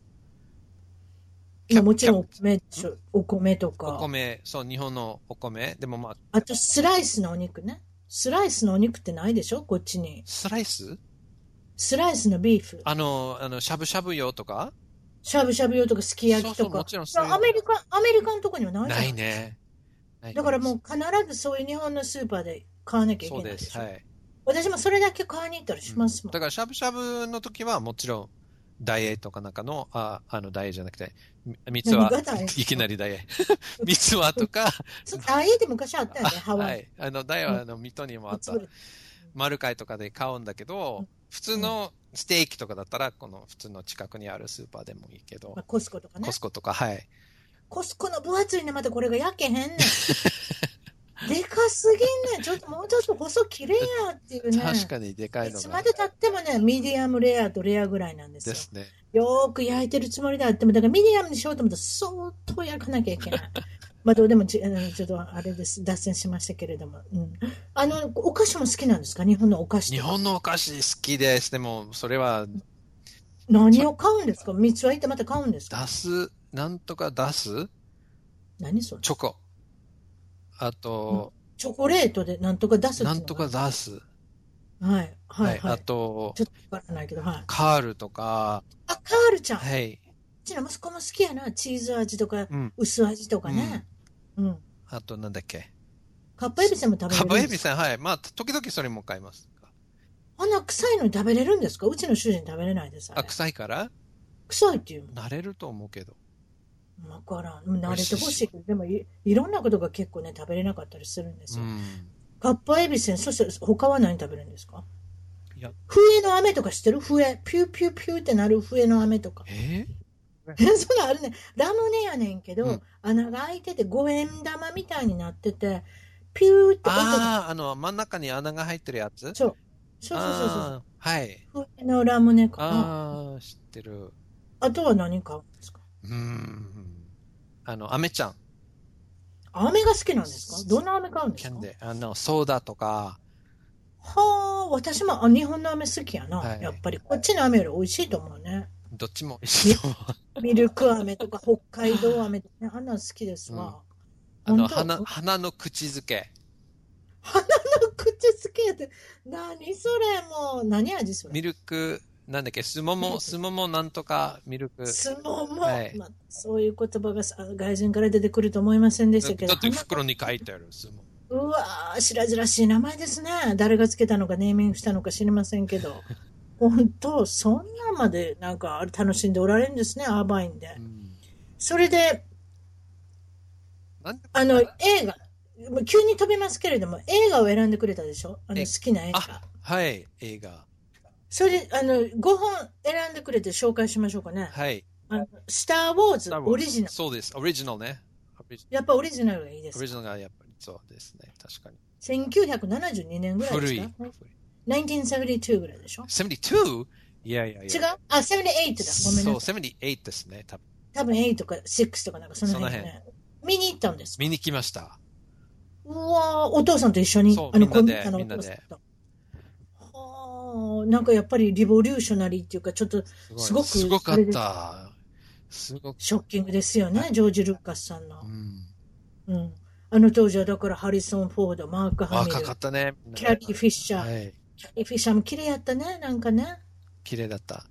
Speaker 1: いやもちろんお米でしょ、お米と
Speaker 2: お
Speaker 1: か。
Speaker 2: 米、そう、日本のお米。でもまあ、
Speaker 1: あとスライスのお肉ね。スライスのお肉ってないでしょこっちに。
Speaker 2: スライス
Speaker 1: スライスのビーフ。
Speaker 2: あの、あの、しゃぶしゃぶ用とか
Speaker 1: しゃぶしゃぶ用とかすき焼きと
Speaker 2: そうそう、も
Speaker 1: か。
Speaker 2: ちろんそういう
Speaker 1: アメリカ、アメリカのとこにはないじゃ
Speaker 2: ない
Speaker 1: ん。
Speaker 2: ね。ない
Speaker 1: だからもう必ずそういう日本のスーパーで買わなきゃいけ
Speaker 2: そ
Speaker 1: な
Speaker 2: う
Speaker 1: いで
Speaker 2: で
Speaker 1: し
Speaker 2: す。
Speaker 1: ょ。
Speaker 2: はい。
Speaker 1: 私もそれだけ買いに行ったりしますもん。
Speaker 2: だから、しゃぶしゃぶの時は、もちろん、ダイエとかなんかの、あ、あの、ダイエじゃなくて、み三つは
Speaker 1: 何がダイエ、
Speaker 2: い きなりダイエ。三つはとか、
Speaker 1: そうダイエーって昔あったよね、ハワ
Speaker 2: は
Speaker 1: イ。
Speaker 2: い。あの、ダイエは、あの、水戸にもあった
Speaker 1: いつ。ぐらい
Speaker 2: 丸会とかで買うんだけど、普通のステーキとかだったら、この普通の近くにあるスーパーでもいいけど
Speaker 1: まあ、、コスコとかね
Speaker 2: コ。スコとか、はい。
Speaker 1: コスコの分厚いね、またこれが焼けへ んねん。でかすぎんねん。ちょっともうちょっと細切れやっていうね。
Speaker 2: 確かにでかい
Speaker 1: い
Speaker 2: の
Speaker 1: つ
Speaker 2: が
Speaker 1: ま。でたってもね、ミディアムレアとレアぐらいなんですよ
Speaker 2: で。すね。
Speaker 1: よーく焼いてるつもりであっても、だからミディアムにしようと思ったら相当焼かなきゃいけ ない。まあどうでもちあのちょっとあれです。脱線しましたけれども。うん、あの、お菓子も好きなんですか日本のお菓子
Speaker 2: 日
Speaker 1: とか。
Speaker 2: 本のお菓子好きです。でも、それは
Speaker 1: 何を買うんですか三つは行ってまた買うんですか
Speaker 2: 出す、なんとか出す
Speaker 1: 何それ
Speaker 2: チョコ。あと、
Speaker 1: チョコレートでなんとか出すっていうの
Speaker 2: な
Speaker 1: が
Speaker 2: んとか出す。
Speaker 1: はい。は。
Speaker 2: はいい。
Speaker 1: は
Speaker 2: あ
Speaker 1: い。
Speaker 2: と
Speaker 1: ち、ょっとわからないけど、はい。
Speaker 2: カールとか、
Speaker 1: あ、カールちゃん。う
Speaker 2: はい。
Speaker 1: ちの息子も好きやな。チーズ味とか、
Speaker 2: うん。
Speaker 1: 薄味とかね。うん。
Speaker 2: あと、なんだっけ。
Speaker 1: カッパエビせんも食べれ
Speaker 2: カ
Speaker 1: る
Speaker 2: ブエ
Speaker 1: ん
Speaker 2: ビ
Speaker 1: ですか
Speaker 2: さん、はい。まあ、時々それも買います。
Speaker 1: あんな臭いのに食べれるんですかうちの主人食べれないです。あ
Speaker 2: あ、
Speaker 1: れ
Speaker 2: 臭いから
Speaker 1: 臭いっていう
Speaker 2: 慣れると思うけど。
Speaker 1: の。わからん。慣れてほしいけど、でもいいろんなことが結構ね、食べれなかったりするんです
Speaker 2: う
Speaker 1: よ。
Speaker 2: ん。
Speaker 1: カッパエビせん、そして他は何食べるんですか
Speaker 2: いや
Speaker 1: 笛の飴とか知ってる笛。ピューピューピューってなる笛の飴と か。
Speaker 2: え
Speaker 1: えそんなんあるね。ラムネやねんけど、
Speaker 2: うん
Speaker 1: 穴が開いてて五円玉みたいになってて、ピューって音が。
Speaker 2: ああ、あの、真ん中に穴が入ってるやつ
Speaker 1: そう。そうそうそうそう。
Speaker 2: あーはい。
Speaker 1: 笛のラムネかな。あ
Speaker 2: ああ、知ってる。
Speaker 1: とは何買うんですか
Speaker 2: うん。あの、飴ちゃん。
Speaker 1: 飴が好きなんですかどんな飴買うんで
Speaker 2: キ
Speaker 1: す
Speaker 2: ャ
Speaker 1: か
Speaker 2: ンデー。あの、ソーダとか。
Speaker 1: はあ、私もあ日本の飴好きやな、
Speaker 2: はい
Speaker 1: やっぱり。こっちの飴より美味しいと思うね。
Speaker 2: どっちも一緒。
Speaker 1: ミルク飴とか北海道飴とかね、あんなん好きですわ。
Speaker 2: あ
Speaker 1: 本
Speaker 2: の、
Speaker 1: 当
Speaker 2: 花、花の口づけ。
Speaker 1: 鼻の口好きやって、何それもう、何味それ
Speaker 2: ミルク、なんだっけ、すもも、すももなんとかミルク。
Speaker 1: すもも、
Speaker 2: はい
Speaker 1: まあ、そういう言葉がさ外人から出てくると思いませんでしたけど、
Speaker 2: だって
Speaker 1: 花
Speaker 2: 袋に書いてある、すもも。
Speaker 1: うわー、白々しい名前ですね。誰がつけたのか、ネーミングしたのか知りませんけど、 本当、そんなまでなんかあれ楽しんでおられるんですね、アーバインで
Speaker 2: う。ん。
Speaker 1: それで、
Speaker 2: なんで
Speaker 1: あの、映画、もう急に飛びますけれども、映画を選んでくれたでしょあの
Speaker 2: え
Speaker 1: 好きな映画
Speaker 2: あ。はい、映画。
Speaker 1: それで、あの、5本選んでくれて紹介しましょうかね。
Speaker 2: はい。
Speaker 1: あのスター・ウォーズ
Speaker 2: 多分
Speaker 1: オリジナル。
Speaker 2: そうです。オリジナルね。オリジ
Speaker 1: やっぱオリジナルがいいです
Speaker 2: オリ。ジナルがやっぱりそうですね。確かに。
Speaker 1: 1972年ぐらいで
Speaker 2: 古
Speaker 1: す
Speaker 2: い。
Speaker 1: か
Speaker 2: 古い
Speaker 1: 1972ぐらいでしょ
Speaker 2: 72? いやいや
Speaker 1: 違
Speaker 2: いや。
Speaker 1: うあ、78だ。ごめん
Speaker 2: そ
Speaker 1: な
Speaker 2: う、
Speaker 1: さい。
Speaker 2: 78ですね。多分
Speaker 1: 多分8とか6とかなんかその辺,、ね、見に行ったんです。
Speaker 2: 見に来ました。
Speaker 1: うわーお父さんと一緒に
Speaker 2: そう、
Speaker 1: あの、
Speaker 2: みんなで
Speaker 1: コンピューターの
Speaker 2: みんな
Speaker 1: お
Speaker 2: で
Speaker 1: 父さんと。はあ、なんかやっぱりリボリューショナリーっていうか、ちょっとす
Speaker 2: す
Speaker 1: ごく
Speaker 2: ごいすごかった。すごく。
Speaker 1: ショッキングですよね、ジョージ・ルーカスさんの
Speaker 2: う。ん。
Speaker 1: うん。あの当時はだからハリソン・フォード、マーク・ハミル
Speaker 2: 若、かったね。
Speaker 1: キャリー・フィッシャー。
Speaker 2: はい。
Speaker 1: キャリー・フィッシャーも綺麗やったね、なんかね。
Speaker 2: 綺麗だった。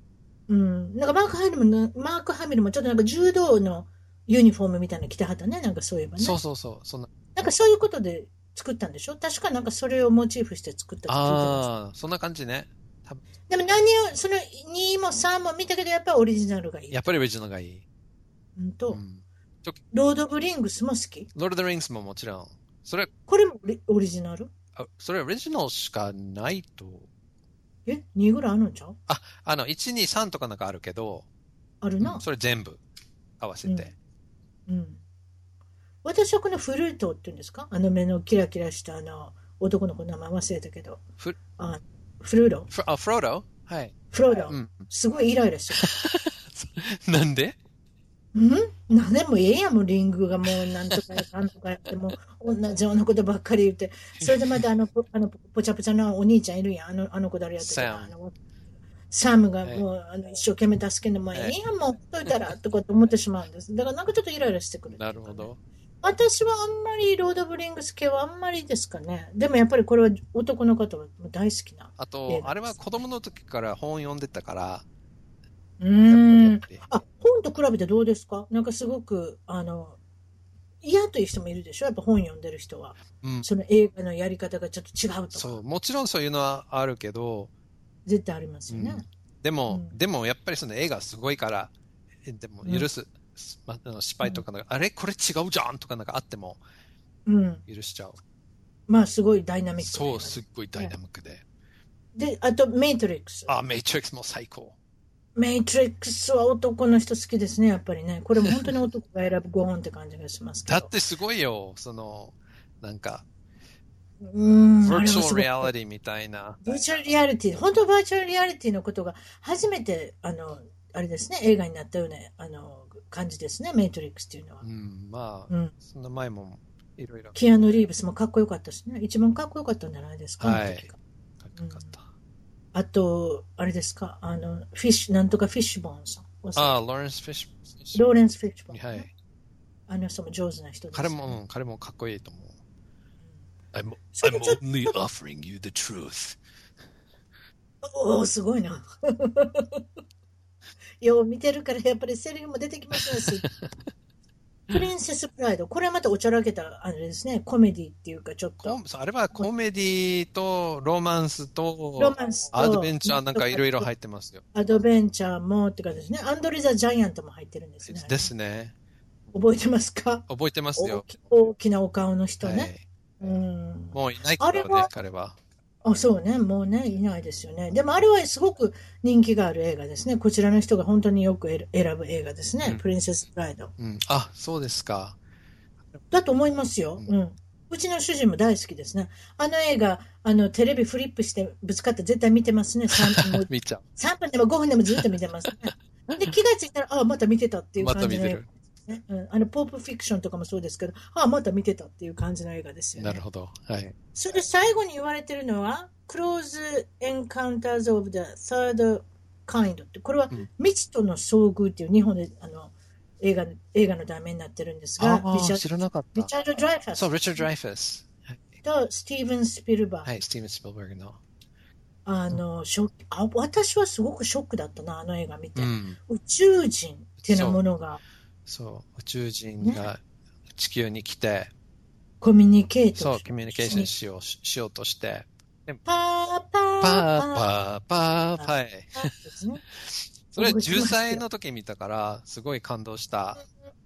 Speaker 1: うん。なんかマーク・ハミルもな、マーク・ハミルもちょっとなんか柔道のユニフォームみたいなの着てはったね、なんかそういえばね。
Speaker 2: そうそうそう。そんな
Speaker 1: なんかそういうことで作ったんでしょ確かなんかそれをモチーフして作ったって聞いてま
Speaker 2: ああ、そんな感じね。多分
Speaker 1: すでも何を、その2も3も見たけど、やっぱオリジナルがいい。
Speaker 2: やっぱりオリジナルがいい。
Speaker 1: うんと、
Speaker 2: うん
Speaker 1: ロード・オブ・リングスも好き。
Speaker 2: ロード・オブ・リングスももちろん。それ、
Speaker 1: これもオリオリジナル
Speaker 2: あそれオリジナルしかないと。
Speaker 1: え ?2 ぐらいあるんちゃう
Speaker 2: あの、1、2、3とかなんかあるけど、
Speaker 1: あるな。
Speaker 2: それ全部合わせて。
Speaker 1: うん。私はこのフルートっていうんですかあの目のキラキラしたあの男の子の名前忘れたけど、
Speaker 2: フ
Speaker 1: あフルーロ、
Speaker 2: フロあ、フロードはい。
Speaker 1: フローロ、
Speaker 2: うん。
Speaker 1: すごいイライラして
Speaker 2: なんで
Speaker 1: る。ん何でもええやんもうリングがもうなんとかやなんとかやってもう同じようなことばっかり言 ってそれでまたあのぽあのぽぽちゃぽちゃのお兄ちゃんいるやんあのあの子誰やってた
Speaker 2: サム
Speaker 1: あのサムがもうあの一生懸命助けんのもええやんもうほっといたらとかって思ってしまうんですだからなんかちょっとイライラしてくるってい
Speaker 2: な
Speaker 1: うか
Speaker 2: る
Speaker 1: ね
Speaker 2: ほど。
Speaker 1: 私はあんまりロード・オブ・リングス系はあんまりですかね。でもやっぱりこれは男の方は大好きな。映画
Speaker 2: あと
Speaker 1: で、す
Speaker 2: あれは子供の時から本読んでたから、
Speaker 1: う
Speaker 2: やっぱり
Speaker 1: ー
Speaker 2: やっ
Speaker 1: ん。
Speaker 2: ぱり
Speaker 1: あ、本と比べてどうですかなんかすごく、あの、嫌という人もいるでしょやっぱ本読んでる人は。
Speaker 2: うん。
Speaker 1: その映画のやり方がちょっと違うと
Speaker 2: そ
Speaker 1: か。
Speaker 2: う、もちろんそういうのはあるけど、
Speaker 1: 絶対あります
Speaker 2: う
Speaker 1: よね。
Speaker 2: ん、でも、
Speaker 1: うん
Speaker 2: でもやっぱりその映画すごいから、えでも許す、まあの失敗とかなんか、あれこれ違うじゃんとかなんかあっても
Speaker 1: うん。
Speaker 2: 許しちゃう。
Speaker 1: まあすごいダイナミックな映
Speaker 2: そ
Speaker 1: 画
Speaker 2: う、すっごいダイナミックで。
Speaker 1: で、あと、メイトリックス。
Speaker 2: あ、メイトリックスも最高。
Speaker 1: メイトリックスは男の人好きですね、やっぱりね。これも本当に男が選ぶご本って感じがしますけど。
Speaker 2: だってすごいよ、その、なんか、
Speaker 1: うーん。
Speaker 2: バーチ
Speaker 1: あ
Speaker 2: ャルリ
Speaker 1: れはすごい
Speaker 2: アリティみたいな。
Speaker 1: バーチャルリアリティ、本当バーチャルリアリティのことが初めて、あの、あれですね、映画になったような、あの、感じですね、メイトリックスっていうのは
Speaker 2: う。ん、まあ、
Speaker 1: うん。
Speaker 2: その前もいろいろ
Speaker 1: キアヌ・リーブスもかっこよかったしね、一番かっこよかったんじゃないですか、
Speaker 2: はい
Speaker 1: あの時が
Speaker 2: 高かった。
Speaker 1: あと、あれですか、あの、フィッシュ、なんとかフィッシュボーンさん。
Speaker 2: あ、ローレンス・フィッシュ。
Speaker 1: ローレンス・フィッシュボーン、
Speaker 2: はい。
Speaker 1: あの人も上手な人です、
Speaker 2: 彼も、うん彼もかっこいいと思う。I'm,
Speaker 1: それでちょっと
Speaker 2: only offering you the truth.
Speaker 1: おお、すごいな。 よう見てるから、やっぱりセリフも出てきますねすっ ごい。プリンセス・プライド。これはまたおちゃらけた、あれですね、コメディっていうか、ちょっと。
Speaker 2: あれはコメディとロマンス
Speaker 1: ロ
Speaker 2: と
Speaker 1: マンスと
Speaker 2: アドベンチャーなんかいろいろ入ってますよ。
Speaker 1: アドベンチャーもって感じですね。アンドレ・ザ・ジャイアントも入ってるんですね。
Speaker 2: ですね。
Speaker 1: 覚えてますか
Speaker 2: 覚えてます
Speaker 1: 大
Speaker 2: よ。
Speaker 1: き大きなお顔の人
Speaker 2: は
Speaker 1: ね。
Speaker 2: い。
Speaker 1: うん。
Speaker 2: もういないから
Speaker 1: あれ
Speaker 2: ね
Speaker 1: は、
Speaker 2: 彼は。
Speaker 1: あ、そうね。もうね、いないですよね。でもあれはすごく人気がある映画ですね。こちらの人が本当によく選選ぶ映画ですね。
Speaker 2: うん
Speaker 1: プリンセス・プライド。
Speaker 2: うん。あ、そうですか。
Speaker 1: だと思いますよ。
Speaker 2: う
Speaker 1: うんん。うちの主人も大好きですね。あの映画、あの、テレビフリップしてぶつかって絶対見てますね。3分も
Speaker 2: 見ちゃう。
Speaker 1: 3分でも5分でもずっと見てますね。で、気がついたら、ああ、また見てたっていう
Speaker 2: ま
Speaker 1: 感
Speaker 2: た
Speaker 1: じ
Speaker 2: 見
Speaker 1: の
Speaker 2: て
Speaker 1: 映画
Speaker 2: る。
Speaker 1: ねうん、あのポープフィクションとかもそうですけど、ああ、また見てたっていう感じの映画ですよ
Speaker 2: な
Speaker 1: ね。
Speaker 2: るほど。はい。
Speaker 1: それで最後に言われてるのは、Close Encounters of the Third Kind って、これは
Speaker 2: うん
Speaker 1: 未知との遭遇っていう日本であの映画映画の題名になってるんですが、
Speaker 2: あ
Speaker 1: リチャ
Speaker 2: 知ら
Speaker 1: ード・
Speaker 2: なかっ
Speaker 1: リチ
Speaker 2: た。
Speaker 1: ャード・ドライファ
Speaker 2: そう、
Speaker 1: ス
Speaker 2: リチャード・ドライファス。
Speaker 1: とスティーブン・スピルバーグ、
Speaker 2: はい、スティーブン・スピルバーグの。
Speaker 1: あのショッあ。私はすごくショックだったな、あの映画見て。
Speaker 2: うん。
Speaker 1: 宇宙人っていうようなものが
Speaker 2: そう、宇宙人が地球に来て、
Speaker 1: コミュニケート
Speaker 2: そ
Speaker 1: を
Speaker 2: う、コミュニケーションしようししようとして、
Speaker 1: パーパー
Speaker 2: パーパーパーパー、はい。
Speaker 1: パーですね。
Speaker 2: それ10歳の時見たから、すごい感動した。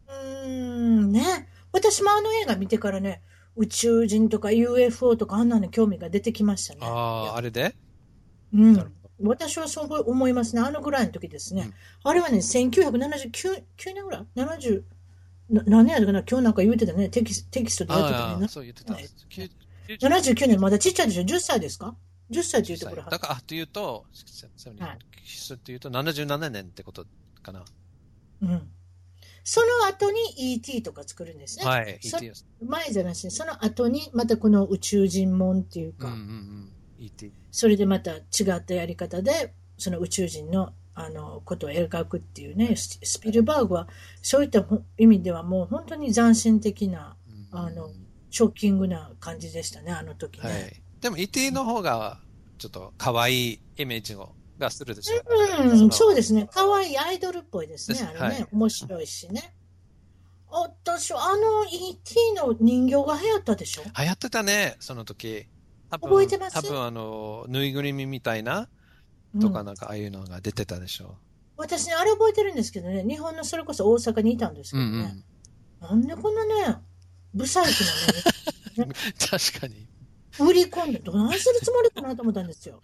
Speaker 1: うーんね、私もあの映画見てからね、宇宙人とか UFO とかあんなの興味が出てきましたね。
Speaker 2: ああ、あれで
Speaker 1: う
Speaker 2: なる
Speaker 1: ん、私はそう思いますね、あのぐらいの時ですね。あれはね、1979 9年ぐらい ?70 な何年やったかな今日なんか言うてたね、テキステキストでやってた
Speaker 2: あ
Speaker 1: ね
Speaker 2: あ、。そう言ってたんです。きゅう
Speaker 1: 79年、まだちっちゃいでしょ ?10 歳ですか ?10 歳って言うところ
Speaker 2: だから、あ、というと、
Speaker 1: はい
Speaker 2: そうというと77年ってことかな。
Speaker 1: うん。その後に ET とか作るんですね。
Speaker 2: はい、
Speaker 1: そ
Speaker 2: ET です。
Speaker 1: 前じゃなしに、その後にまたこの宇宙人門っていう
Speaker 2: うん
Speaker 1: か、
Speaker 2: うんうん。ET。
Speaker 1: それでまた違ったやり方でその宇宙人のあのことを描くっていうねススピルバーグはそういったほ意味ではもう本当に斬新的な
Speaker 2: うん
Speaker 1: あのショッキングな感じでしたねあの時ね、
Speaker 2: はい。でも ET の方が、ちょっと可愛いイメージをがするでしょ。
Speaker 1: うんそうですね可愛いアイドルっぽいですね
Speaker 2: です
Speaker 1: あれね、
Speaker 2: はい
Speaker 1: 面白いしね私はあの ET の人形が流行ったでしょ
Speaker 2: 流行ってたね、その時。多分
Speaker 1: 覚えてます
Speaker 2: 多分あの、ぬいぐるみみたいな
Speaker 1: うん
Speaker 2: とかなんかああいうのが出てたでしょ
Speaker 1: 私ねあれ覚えてるんですけどね日本のそれこそ大阪にいたんです
Speaker 2: う。
Speaker 1: けど
Speaker 2: うん
Speaker 1: ね、
Speaker 2: うん。
Speaker 1: なんでこんなね不細工なね
Speaker 2: 確かに。
Speaker 1: 売り込んでどないするつもりかなと思ったん ですよ。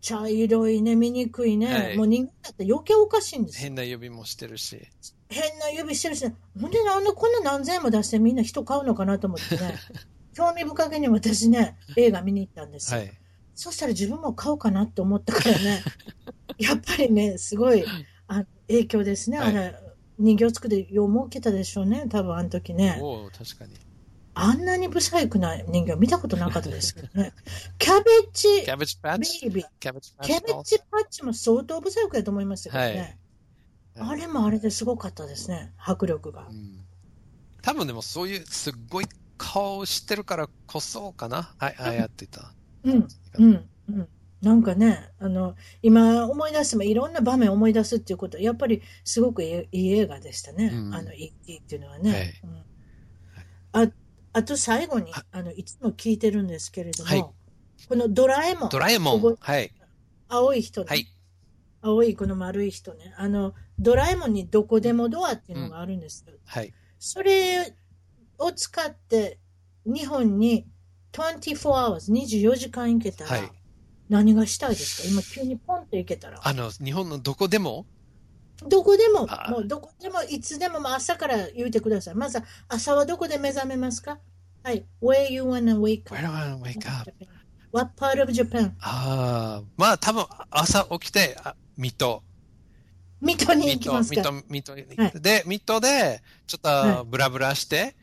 Speaker 1: 茶色いね、醜いね、
Speaker 2: はい
Speaker 1: もう人間だって余計おかしいんですよ。
Speaker 2: 変な指もしてるし。
Speaker 1: 変な指してるし、ね、ほんでねあんなこんな何千円も出してみんな人買うのかなと思ってね。興味深げに私ね、映画見に行ったんです
Speaker 2: は
Speaker 1: よ。
Speaker 2: い。
Speaker 1: そしたら自分も買おうかなって思ったから ね、やっぱりね、すごいあの影響ですね。
Speaker 2: はい
Speaker 1: あれ、人形作りよう儲けたでしょうね、多分あの時ね。
Speaker 2: おお確かに。
Speaker 1: あんなに不細工な人形見たことなかったですけど ね。キャベチ、
Speaker 2: キャベツパッチ
Speaker 1: ベイビー。
Speaker 2: キャベツパッ
Speaker 1: キ
Speaker 2: チ
Speaker 1: ャベチパッチも相当不細工だと思いますけどね。あれもあれですごかったですね、迫力が
Speaker 2: う。ん多分でもそういうすっごい顔をしてるからこそかな。あああやってた。
Speaker 1: うん、うん、うん。なんかね、あの、今思い出してもいろんな場面を思い出すっていうこと、やっぱりすごくいいいい映画でしたね。
Speaker 2: うん
Speaker 1: あの、いいっていうのはね。
Speaker 2: はい
Speaker 1: うん、ああと最後に
Speaker 2: は、
Speaker 1: あの、いつも聞いてるんですけれども、
Speaker 2: はい
Speaker 1: このドラえもん
Speaker 2: ド、ラえも
Speaker 1: 覚
Speaker 2: ん。はい。
Speaker 1: 青い人ね、
Speaker 2: はい。
Speaker 1: 青いこの丸い人ね、あの、ドラえもんにどこでもドアっていうのがあるんですよ。
Speaker 2: はい。
Speaker 1: それを使って日本に24 hours、24時間行けたら、
Speaker 2: はい
Speaker 1: 何がしたいですか今急にポンと行けたら。
Speaker 2: あの、日本のどこでも
Speaker 1: どこでも、
Speaker 2: あ
Speaker 1: もうどこでも、いつでも、もう朝から言うてください。まず朝はどこで目覚めますかはい。Where you wanna wake
Speaker 2: Where do
Speaker 1: up?
Speaker 2: I wake up?
Speaker 1: What part of Japan?
Speaker 2: ああ、まあ多分朝起きて、あ水戸。
Speaker 1: 水戸に
Speaker 2: 水
Speaker 1: 行き
Speaker 2: 戸、
Speaker 1: ます
Speaker 2: 水
Speaker 1: か
Speaker 2: 戸、水戸に
Speaker 1: はい
Speaker 2: で、水戸で、ちょっ
Speaker 1: は
Speaker 2: とブラブラして、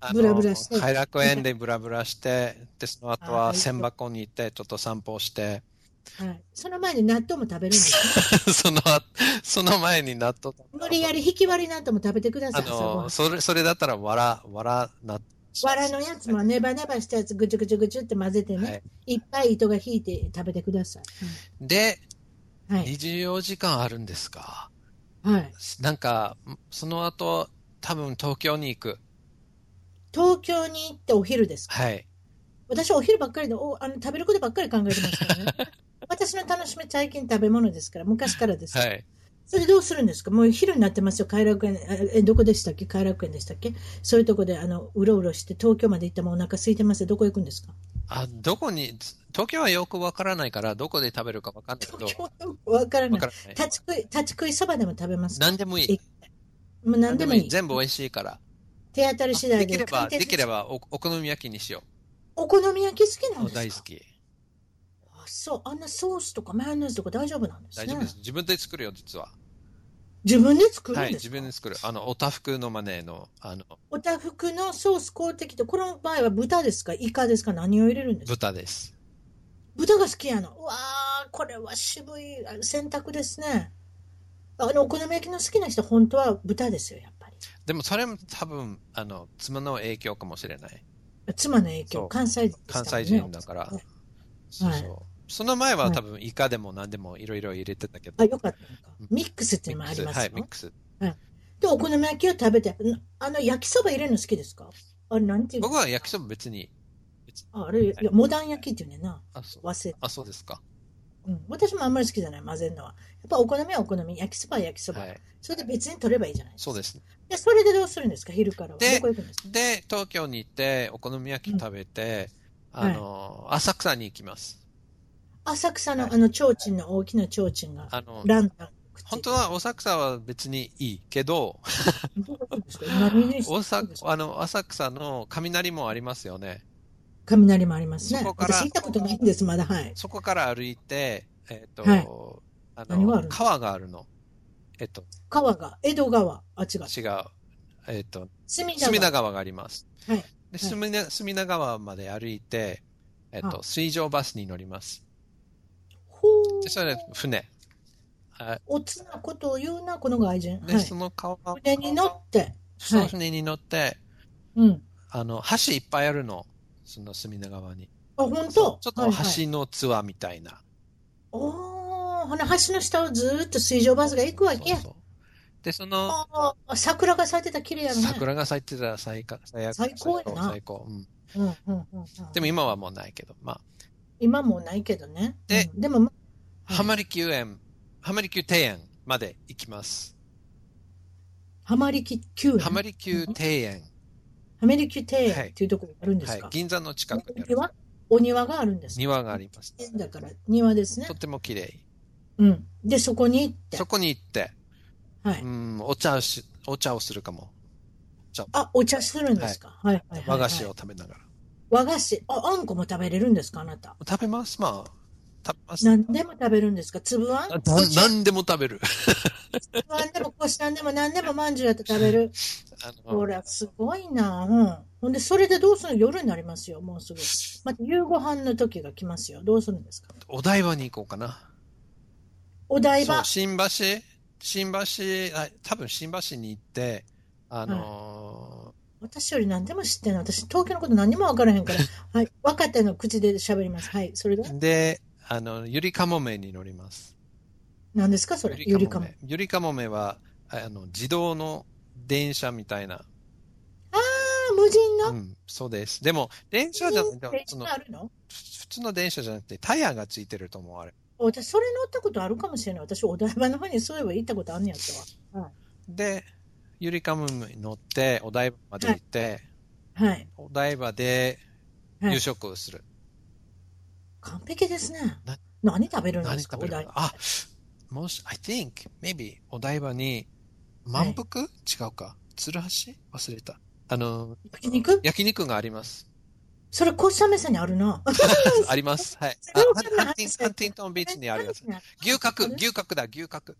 Speaker 2: あの
Speaker 1: ブラブラして
Speaker 2: 偕楽園でブラブラして、で、その後
Speaker 1: あ
Speaker 2: は
Speaker 1: ー
Speaker 2: 千箱に行って、ちょっと散歩して、
Speaker 1: はい。その前に納豆も食べるんですね。
Speaker 2: その後、その前に納豆。
Speaker 1: 無理やり引き割り納豆も食べてくださ
Speaker 2: あ
Speaker 1: い。朝ごはん
Speaker 2: の、それ、それだったら、わら、わら、な、
Speaker 1: わらのやつもネバネバしたやつぐちゅぐちゅぐちゅって混ぜてね、、
Speaker 2: はい
Speaker 1: っぱい糸が引いて食べてください。
Speaker 2: で、
Speaker 1: はい。はい
Speaker 2: 24時間あるんですか
Speaker 1: はい、
Speaker 2: なんか、その後、多分東京に行く。
Speaker 1: 東京に行ってお昼ですか
Speaker 2: はい。
Speaker 1: 私お昼ばっかりでおあの食べることばっかり考えてます からね。私の楽しみ最近食べ物ですから、昔からです。
Speaker 2: はい。
Speaker 1: それどうするんですかもう昼になってますよ、偕楽園。え、えどこでしたっけ偕楽園でしたっけそういうとこで、あの、うろうろして、東京まで行ってもお腹空いてますよ。どこ行くんですか
Speaker 2: あ、どこに、東京はよくわからないから、どこで食べるかわかんないけど
Speaker 1: 東、京よくわからな
Speaker 2: わ
Speaker 1: い。
Speaker 2: からない。
Speaker 1: 立ち食い、立ち食いそばでも食べますか
Speaker 2: 何でもいい。
Speaker 1: もう何でもいい。
Speaker 2: 全部美味しいから。
Speaker 1: 手当たり次第
Speaker 2: で
Speaker 1: で
Speaker 2: きれば、
Speaker 1: 簡単
Speaker 2: で
Speaker 1: に
Speaker 2: きればお、お好み焼きにしよ
Speaker 1: お好み焼き好きなん
Speaker 2: う。
Speaker 1: で
Speaker 2: 大
Speaker 1: す
Speaker 2: 好
Speaker 1: か
Speaker 2: き。
Speaker 1: あそうあんなソースとかマヨネーズとか大丈夫なんです
Speaker 2: 大
Speaker 1: ね
Speaker 2: 丈夫です。自分で作るよ、実は。
Speaker 1: 自分で作る
Speaker 2: はい、
Speaker 1: んです
Speaker 2: 自
Speaker 1: か、
Speaker 2: 分で作る。あの、おたふくのマネーの、あの、
Speaker 1: おたふくのソース買うてきてこの場合は豚ですかイカですか何を入れるんですか
Speaker 2: 豚です。
Speaker 1: 豚が好きやのうわーこれは渋いあ選択ですねあのお好み焼きの好きな人本当は豚ですよやっぱり
Speaker 2: でも、それも多分、あの、妻の影響かもしれない。
Speaker 1: 妻の影
Speaker 2: そ
Speaker 1: 響
Speaker 2: う
Speaker 1: 関西人でしたもん
Speaker 2: 関
Speaker 1: ね
Speaker 2: 西人だから。
Speaker 1: はい
Speaker 2: そうそう。その前は
Speaker 1: はい
Speaker 2: 多分、イカでも何でもいろいろ入れてたけど。
Speaker 1: あよかったのか
Speaker 2: うん
Speaker 1: ミックスっていう
Speaker 2: ミ
Speaker 1: のも
Speaker 2: ッ
Speaker 1: あ
Speaker 2: ク
Speaker 1: り
Speaker 2: ス。
Speaker 1: ます
Speaker 2: は
Speaker 1: よ、
Speaker 2: い、ミックス。
Speaker 1: でお好み焼きを食べてんあの焼きそば入れるの好きですかあれなんていうの
Speaker 2: 僕は焼きそば別に。
Speaker 1: ああれ、いや、モダン焼きっていうねんな。
Speaker 2: あ、そう。
Speaker 1: 忘れ
Speaker 2: あ、そうですか。
Speaker 1: うん。私もあんまり好きじゃない、混ぜるのは。やっぱお好みはお好み、焼きそばは焼きそば。
Speaker 2: はい。
Speaker 1: それで別に取ればいいじゃないですか。
Speaker 2: そうですね。
Speaker 1: でそれでどうするんですか、昼からは。
Speaker 2: で
Speaker 1: どこ行くんですか
Speaker 2: で、東京に行って、お好み焼き食べて、
Speaker 1: うん
Speaker 2: あの、浅草に行きます。
Speaker 1: 浅草
Speaker 2: は
Speaker 1: の
Speaker 2: い
Speaker 1: あの、提灯の、大きな提灯が、
Speaker 2: あの、
Speaker 1: ランタン。
Speaker 2: 本当は浅草は別にいいけど、
Speaker 1: どこ行くんですか何に
Speaker 2: 大
Speaker 1: 行くん
Speaker 2: 阪
Speaker 1: です、か
Speaker 2: あの、浅草の雷もありますよね。
Speaker 1: 雷もありますね。
Speaker 2: そこから
Speaker 1: 私行ったことないんです、まだ。はい。
Speaker 2: そこから歩いて、えっ、
Speaker 1: はい
Speaker 2: と、あ
Speaker 1: 何があるの
Speaker 2: の、川があるの。えっと、
Speaker 1: 川が、江戸川、あ、違う。
Speaker 2: 違う。えっ、と、
Speaker 1: 隅田川。
Speaker 2: 隅田川があります。
Speaker 1: はい
Speaker 2: で隅田隅田川まで歩いて、えっ、と、
Speaker 1: は
Speaker 2: 水上バスに乗ります。
Speaker 1: ほ
Speaker 2: で、それで
Speaker 1: ー。
Speaker 2: 船。はい
Speaker 1: おつなことを言うな、この外人。
Speaker 2: で、
Speaker 1: はい
Speaker 2: そ。の川、
Speaker 1: 船に乗って。
Speaker 2: その船に乗って、
Speaker 1: うん。
Speaker 2: あの、橋いっぱいあるの。その隅田川に。
Speaker 1: あ、本
Speaker 2: ちょ
Speaker 1: 当
Speaker 2: っと
Speaker 1: はい
Speaker 2: 橋
Speaker 1: はい
Speaker 2: のツアーみたいな。
Speaker 1: おー、ほな橋の下をずーっと水上バスが行くわけや
Speaker 2: そう。そうで、その、
Speaker 1: あー桜が咲いてたら綺麗やろね。
Speaker 2: 桜が咲いてたら最高、最悪
Speaker 1: 最高やな
Speaker 2: 最高。うん。
Speaker 1: うんうんうんうん、
Speaker 2: でも今はもうないけど、まあ、
Speaker 1: 今もうないけどね。
Speaker 2: で
Speaker 1: うんでも、はい
Speaker 2: 浜離宮園、浜離宮庭園まで行きます。
Speaker 1: 浜離宮園。
Speaker 2: 浜離宮庭園。
Speaker 1: 浜離宮庭園っていうところがあるんで
Speaker 2: は
Speaker 1: す
Speaker 2: い
Speaker 1: か。。
Speaker 2: 銀座の近くに
Speaker 1: お
Speaker 2: あ
Speaker 1: 庭
Speaker 2: る
Speaker 1: お庭があるんですか。
Speaker 2: 庭があります。
Speaker 1: だから庭ですね
Speaker 2: と。っても綺麗。
Speaker 1: うん。で、そこに行って
Speaker 2: そ。こに行って、
Speaker 1: はい。
Speaker 2: うん、お茶をし、お茶をするかも。
Speaker 1: あ、お茶するんですか。はい、はいはいはい
Speaker 2: 和菓子を。食べながら。
Speaker 1: 和菓子あ、あんこも食べれるんですかあなた。
Speaker 2: 食べます、まあ。食べます。
Speaker 1: 何でも食べるんですか粒あん
Speaker 2: な
Speaker 1: 粒
Speaker 2: 何でも食べる。
Speaker 1: あんでもこしあんでも何でもまんじゅうだって食べる。
Speaker 2: あの
Speaker 1: ほら、すごいな。うん。ほんで、それでどうするの夜になりますよ、もうす ぐ。また夕ご飯の時が来ますよ。どうするんですか
Speaker 2: お台場に行こうかな。
Speaker 1: お台
Speaker 2: そ
Speaker 1: 場
Speaker 2: う、。新橋新橋、あ多分新橋に行って、あの
Speaker 1: 私より何でも知ってんの。私、東京のこと何にも分からへん から。はい。若手の口で喋ります。はい。それで
Speaker 2: ーで、あの、ゆりかもめに乗ります。
Speaker 1: 何ですかそれ。ゆりかも。。
Speaker 2: ゆりかもめは、あの、自動の電車みたいな。
Speaker 1: あ無人の
Speaker 2: うん、そうです。でも、電車じゃなくて、その、
Speaker 1: あるの
Speaker 2: 普通の電車じゃなくて、タイヤがついてると思う、あれ。
Speaker 1: 私、それ乗ったことあるかもしれない。私、お台場の方にそういえば行ったことあんねやった
Speaker 2: で、ゆりかもめに乗って、お台場まで行って、
Speaker 1: わ。はい。
Speaker 2: お台場で
Speaker 1: はい
Speaker 2: 夕食をする。
Speaker 1: 完璧ですね
Speaker 2: な。
Speaker 1: 何食べるんで
Speaker 2: 何
Speaker 1: すか
Speaker 2: 食
Speaker 1: お
Speaker 2: べるか
Speaker 1: 台
Speaker 2: なあ、もし、I think, maybe, お台場に、満腹、違うか。鶴橋忘れた。あの、
Speaker 1: 焼肉
Speaker 2: 焼肉があります。
Speaker 1: それ、こっしゃめさにあるな。
Speaker 2: あります。はい。あ
Speaker 1: 鶴橋の話
Speaker 2: ハンハンティンハンティントンビーチに あります。牛角、牛角だ、牛角。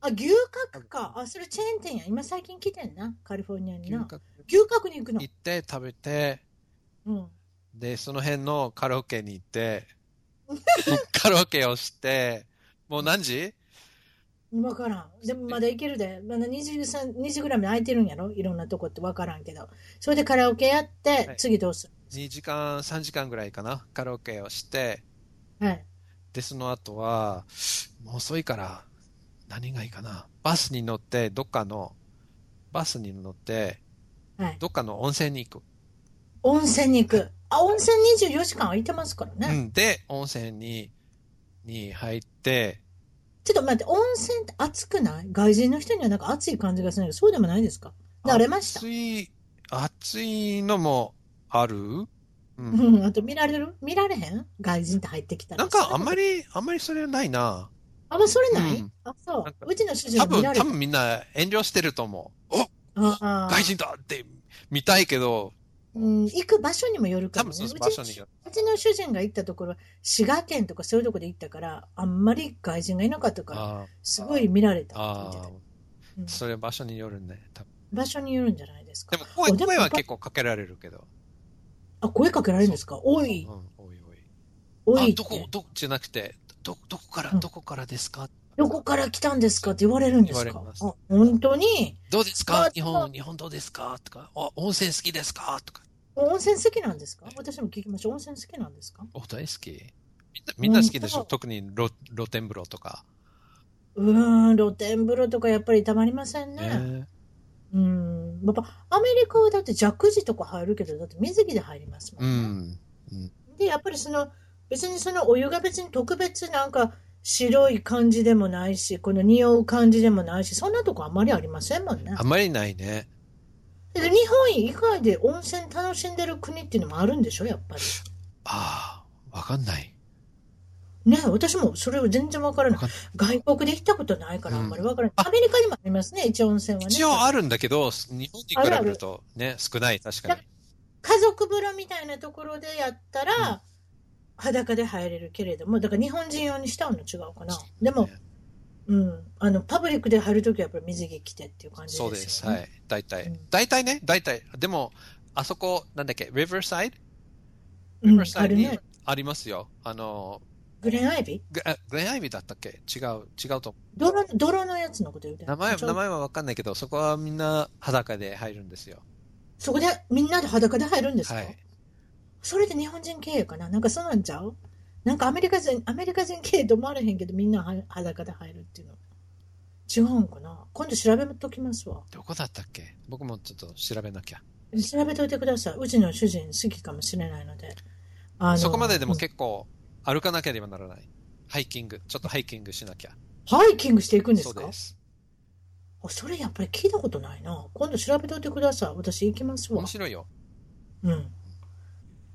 Speaker 1: あ、牛角か。あ、それチェーン店や。今最近来てんな。カリフォルニアに
Speaker 2: 牛
Speaker 1: な。
Speaker 2: 角
Speaker 1: 牛角に行くの
Speaker 2: 行。って食べて、
Speaker 1: うん。
Speaker 2: で、その辺のカラオケに行って、カラオケをして、もう何時
Speaker 1: 分からん。でもまだいけるで。まだ23 2時ぐらいまで空いてるんやろいろんなとこって分からんけど。それでカラオケやって、
Speaker 2: はい
Speaker 1: 次どうす
Speaker 2: ?2 時間、3時間ぐらいかな。カラオケをして、
Speaker 1: るはい。
Speaker 2: で、その後は、もう遅いから、何がいいかな。バスに乗って、どっかの、バスに乗って、
Speaker 1: はい。
Speaker 2: どっかの温泉に行く。
Speaker 1: 温泉に行く。あ、温泉24時間空いてますからね。
Speaker 2: うん、で、温泉に、に入って、
Speaker 1: ちょっと待って、温泉って暑くない外人の人にはなんか暑い感じがするけど、そうでもないですか慣れました。
Speaker 2: 暑い、暑いのもあるうん
Speaker 1: うん、あと見られる見られへん外人って入ってきたら。
Speaker 2: なんかあんま
Speaker 1: り。
Speaker 2: り、あんまりそれはないな。
Speaker 1: あんまそれない、
Speaker 2: うん
Speaker 1: あ、そう
Speaker 2: なんか。
Speaker 1: うちの主人
Speaker 2: 多
Speaker 1: は見
Speaker 2: 分、
Speaker 1: られ
Speaker 2: 多
Speaker 1: る。
Speaker 2: 分みんな遠慮してると思う。お
Speaker 1: あー
Speaker 2: 外人だって見たいけど、
Speaker 1: うん、行く場所にもよるか
Speaker 2: 多
Speaker 1: も
Speaker 2: 分
Speaker 1: ね。
Speaker 2: そうの
Speaker 1: ち
Speaker 2: 場所による。
Speaker 1: うちの主人が行ったところは、滋賀県とかそういうところで行ったから、あんまり外人がいなかったから、
Speaker 2: あ
Speaker 1: すごい見られたって言
Speaker 2: あ
Speaker 1: ってた
Speaker 2: ー、
Speaker 1: うん
Speaker 2: それ場所によるね。多分
Speaker 1: 場所によるんじゃないです
Speaker 2: で
Speaker 1: か。
Speaker 2: も声、
Speaker 1: でも
Speaker 2: 声は結構かけられるけど。
Speaker 1: あ、声かけられるんですかお
Speaker 2: うん
Speaker 1: い、、
Speaker 2: おいお
Speaker 1: おい
Speaker 2: い。あ、
Speaker 1: っ
Speaker 2: どこ
Speaker 1: て、。
Speaker 2: どこじゃなくて、ど、どこから、
Speaker 1: うん
Speaker 2: どこからですか
Speaker 1: どこから来たんですかって言われるんです
Speaker 2: 言
Speaker 1: か
Speaker 2: われます
Speaker 1: あ本当に
Speaker 2: どうです
Speaker 1: あ
Speaker 2: か日
Speaker 1: そ
Speaker 2: 本、日本どうですかとか、あ、温泉好きですかとか。
Speaker 1: 温泉好きなんですか私も聞きましょう。温泉好きなんですか
Speaker 2: お、大好き。みんな、みんな好きでし
Speaker 1: う
Speaker 2: ょ
Speaker 1: ん
Speaker 2: 特に露、露天風呂とか。
Speaker 1: うーん、露天風呂とかやっぱりたまりませんね。
Speaker 2: ね
Speaker 1: うん。やっぱアメリカはだってジャクジとか入るけど、だって水着で入りますも
Speaker 2: うん
Speaker 1: ね。
Speaker 2: ん。
Speaker 1: で、やっぱりその、別にそのお湯が別に特別なんか白い感じでもないし、この匂う感じでもないし、そんなとこあんまりありませんもんね。
Speaker 2: あんまりないね。
Speaker 1: で日本以外で温泉楽しんでる国っていうのもあるんでしょ、やっぱり。
Speaker 2: ああ、わかんない。
Speaker 1: ね、私もそれを全然わからない
Speaker 2: わかん。
Speaker 1: 外国で行ったことないからあんまりわからない。
Speaker 2: うん
Speaker 1: アメリカにもありますね、一応温泉はね。
Speaker 2: 一応あるんだけど、日本に比べるとね、少ない、確かに。
Speaker 1: 家族風呂みたいなところでやったら、裸で入れるけれども、だから日本人用にしたの違うかな。でも、
Speaker 2: ね
Speaker 1: うん、あの、パブリックで入るときはやっぱり水着着てっていう感じです
Speaker 2: そ
Speaker 1: よ
Speaker 2: う
Speaker 1: ね。
Speaker 2: です。はい。大
Speaker 1: う
Speaker 2: 体
Speaker 1: ん。
Speaker 2: 大体ね、大体。でも、あそこ、なんだっけ、リバーサイド
Speaker 1: う
Speaker 2: リ
Speaker 1: ん
Speaker 2: バー、サ
Speaker 1: あ
Speaker 2: イド
Speaker 1: る
Speaker 2: に
Speaker 1: ね。
Speaker 2: ありますよ。あの、
Speaker 1: グレンアイビー
Speaker 2: グあグレンアイビーだったっけ違う、違うと思
Speaker 1: 泥、泥のやつのこと言うて
Speaker 2: う。
Speaker 1: ん
Speaker 2: 名前、
Speaker 1: ちょう
Speaker 2: 名前はわかんないけど、そこはみんな裸で入るんですよ。
Speaker 1: そこでみんなで裸で入るんですか、
Speaker 2: はい。
Speaker 1: それで日本人経営かななんかそうなんちゃうなんかアメリカ人、アメリカ人経営と思われへんけど、みんなは裸で入るっていうの。違うんかな今度調べときますわ。
Speaker 2: どこだったっけ僕もちょっと調べなきゃ。
Speaker 1: 調べといてください。うちの主人好きかもしれないので。あの
Speaker 2: そこまででも結構歩かなければならない。ハイキング、ちょっとハイキングしなきゃ。
Speaker 1: ハイキングしていくんで
Speaker 2: そ
Speaker 1: す
Speaker 2: う
Speaker 1: か
Speaker 2: です。
Speaker 1: あそれやっぱり聞いたことないな。今度調べといてください。私行きますわ
Speaker 2: 面。白いよ。
Speaker 1: うん。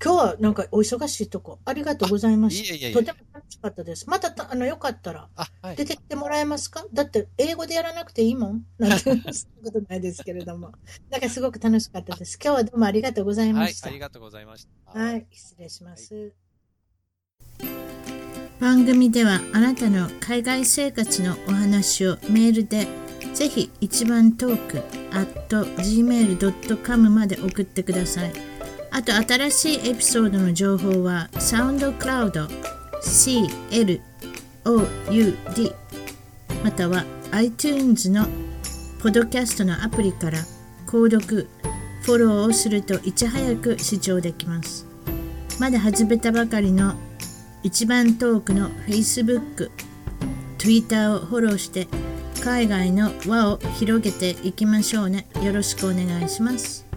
Speaker 1: 今日はなんかお忙しいとこ、ありがとうございま
Speaker 2: い
Speaker 1: す。
Speaker 2: えいえい
Speaker 1: と
Speaker 2: え
Speaker 1: て。も楽しかったです。またた、あの、よかったら、
Speaker 2: あ、はい
Speaker 1: 出。てきてもらえますかだって、英語でやらなくていいもん なんて、そんなことないですけれども。だから、すごく楽しかったです。今日はどうもありがとうございま
Speaker 2: はい
Speaker 1: し、た。
Speaker 2: ありがとうございました。
Speaker 1: はい、失礼します。番組ではあなたの海外生活のお話をメールでぜひ一番トーク at gmail.com まで送ってください。あと新しいエピソードの情報はサウンドクラウド CLOUD または iTunes のポッドキャストのアプリから購読フォローをするといち早く視聴できますまだ始めたばかりの一番トークの Facebook、Twitter をフォローして海外の輪を広げていきましょうねよろしくお願いします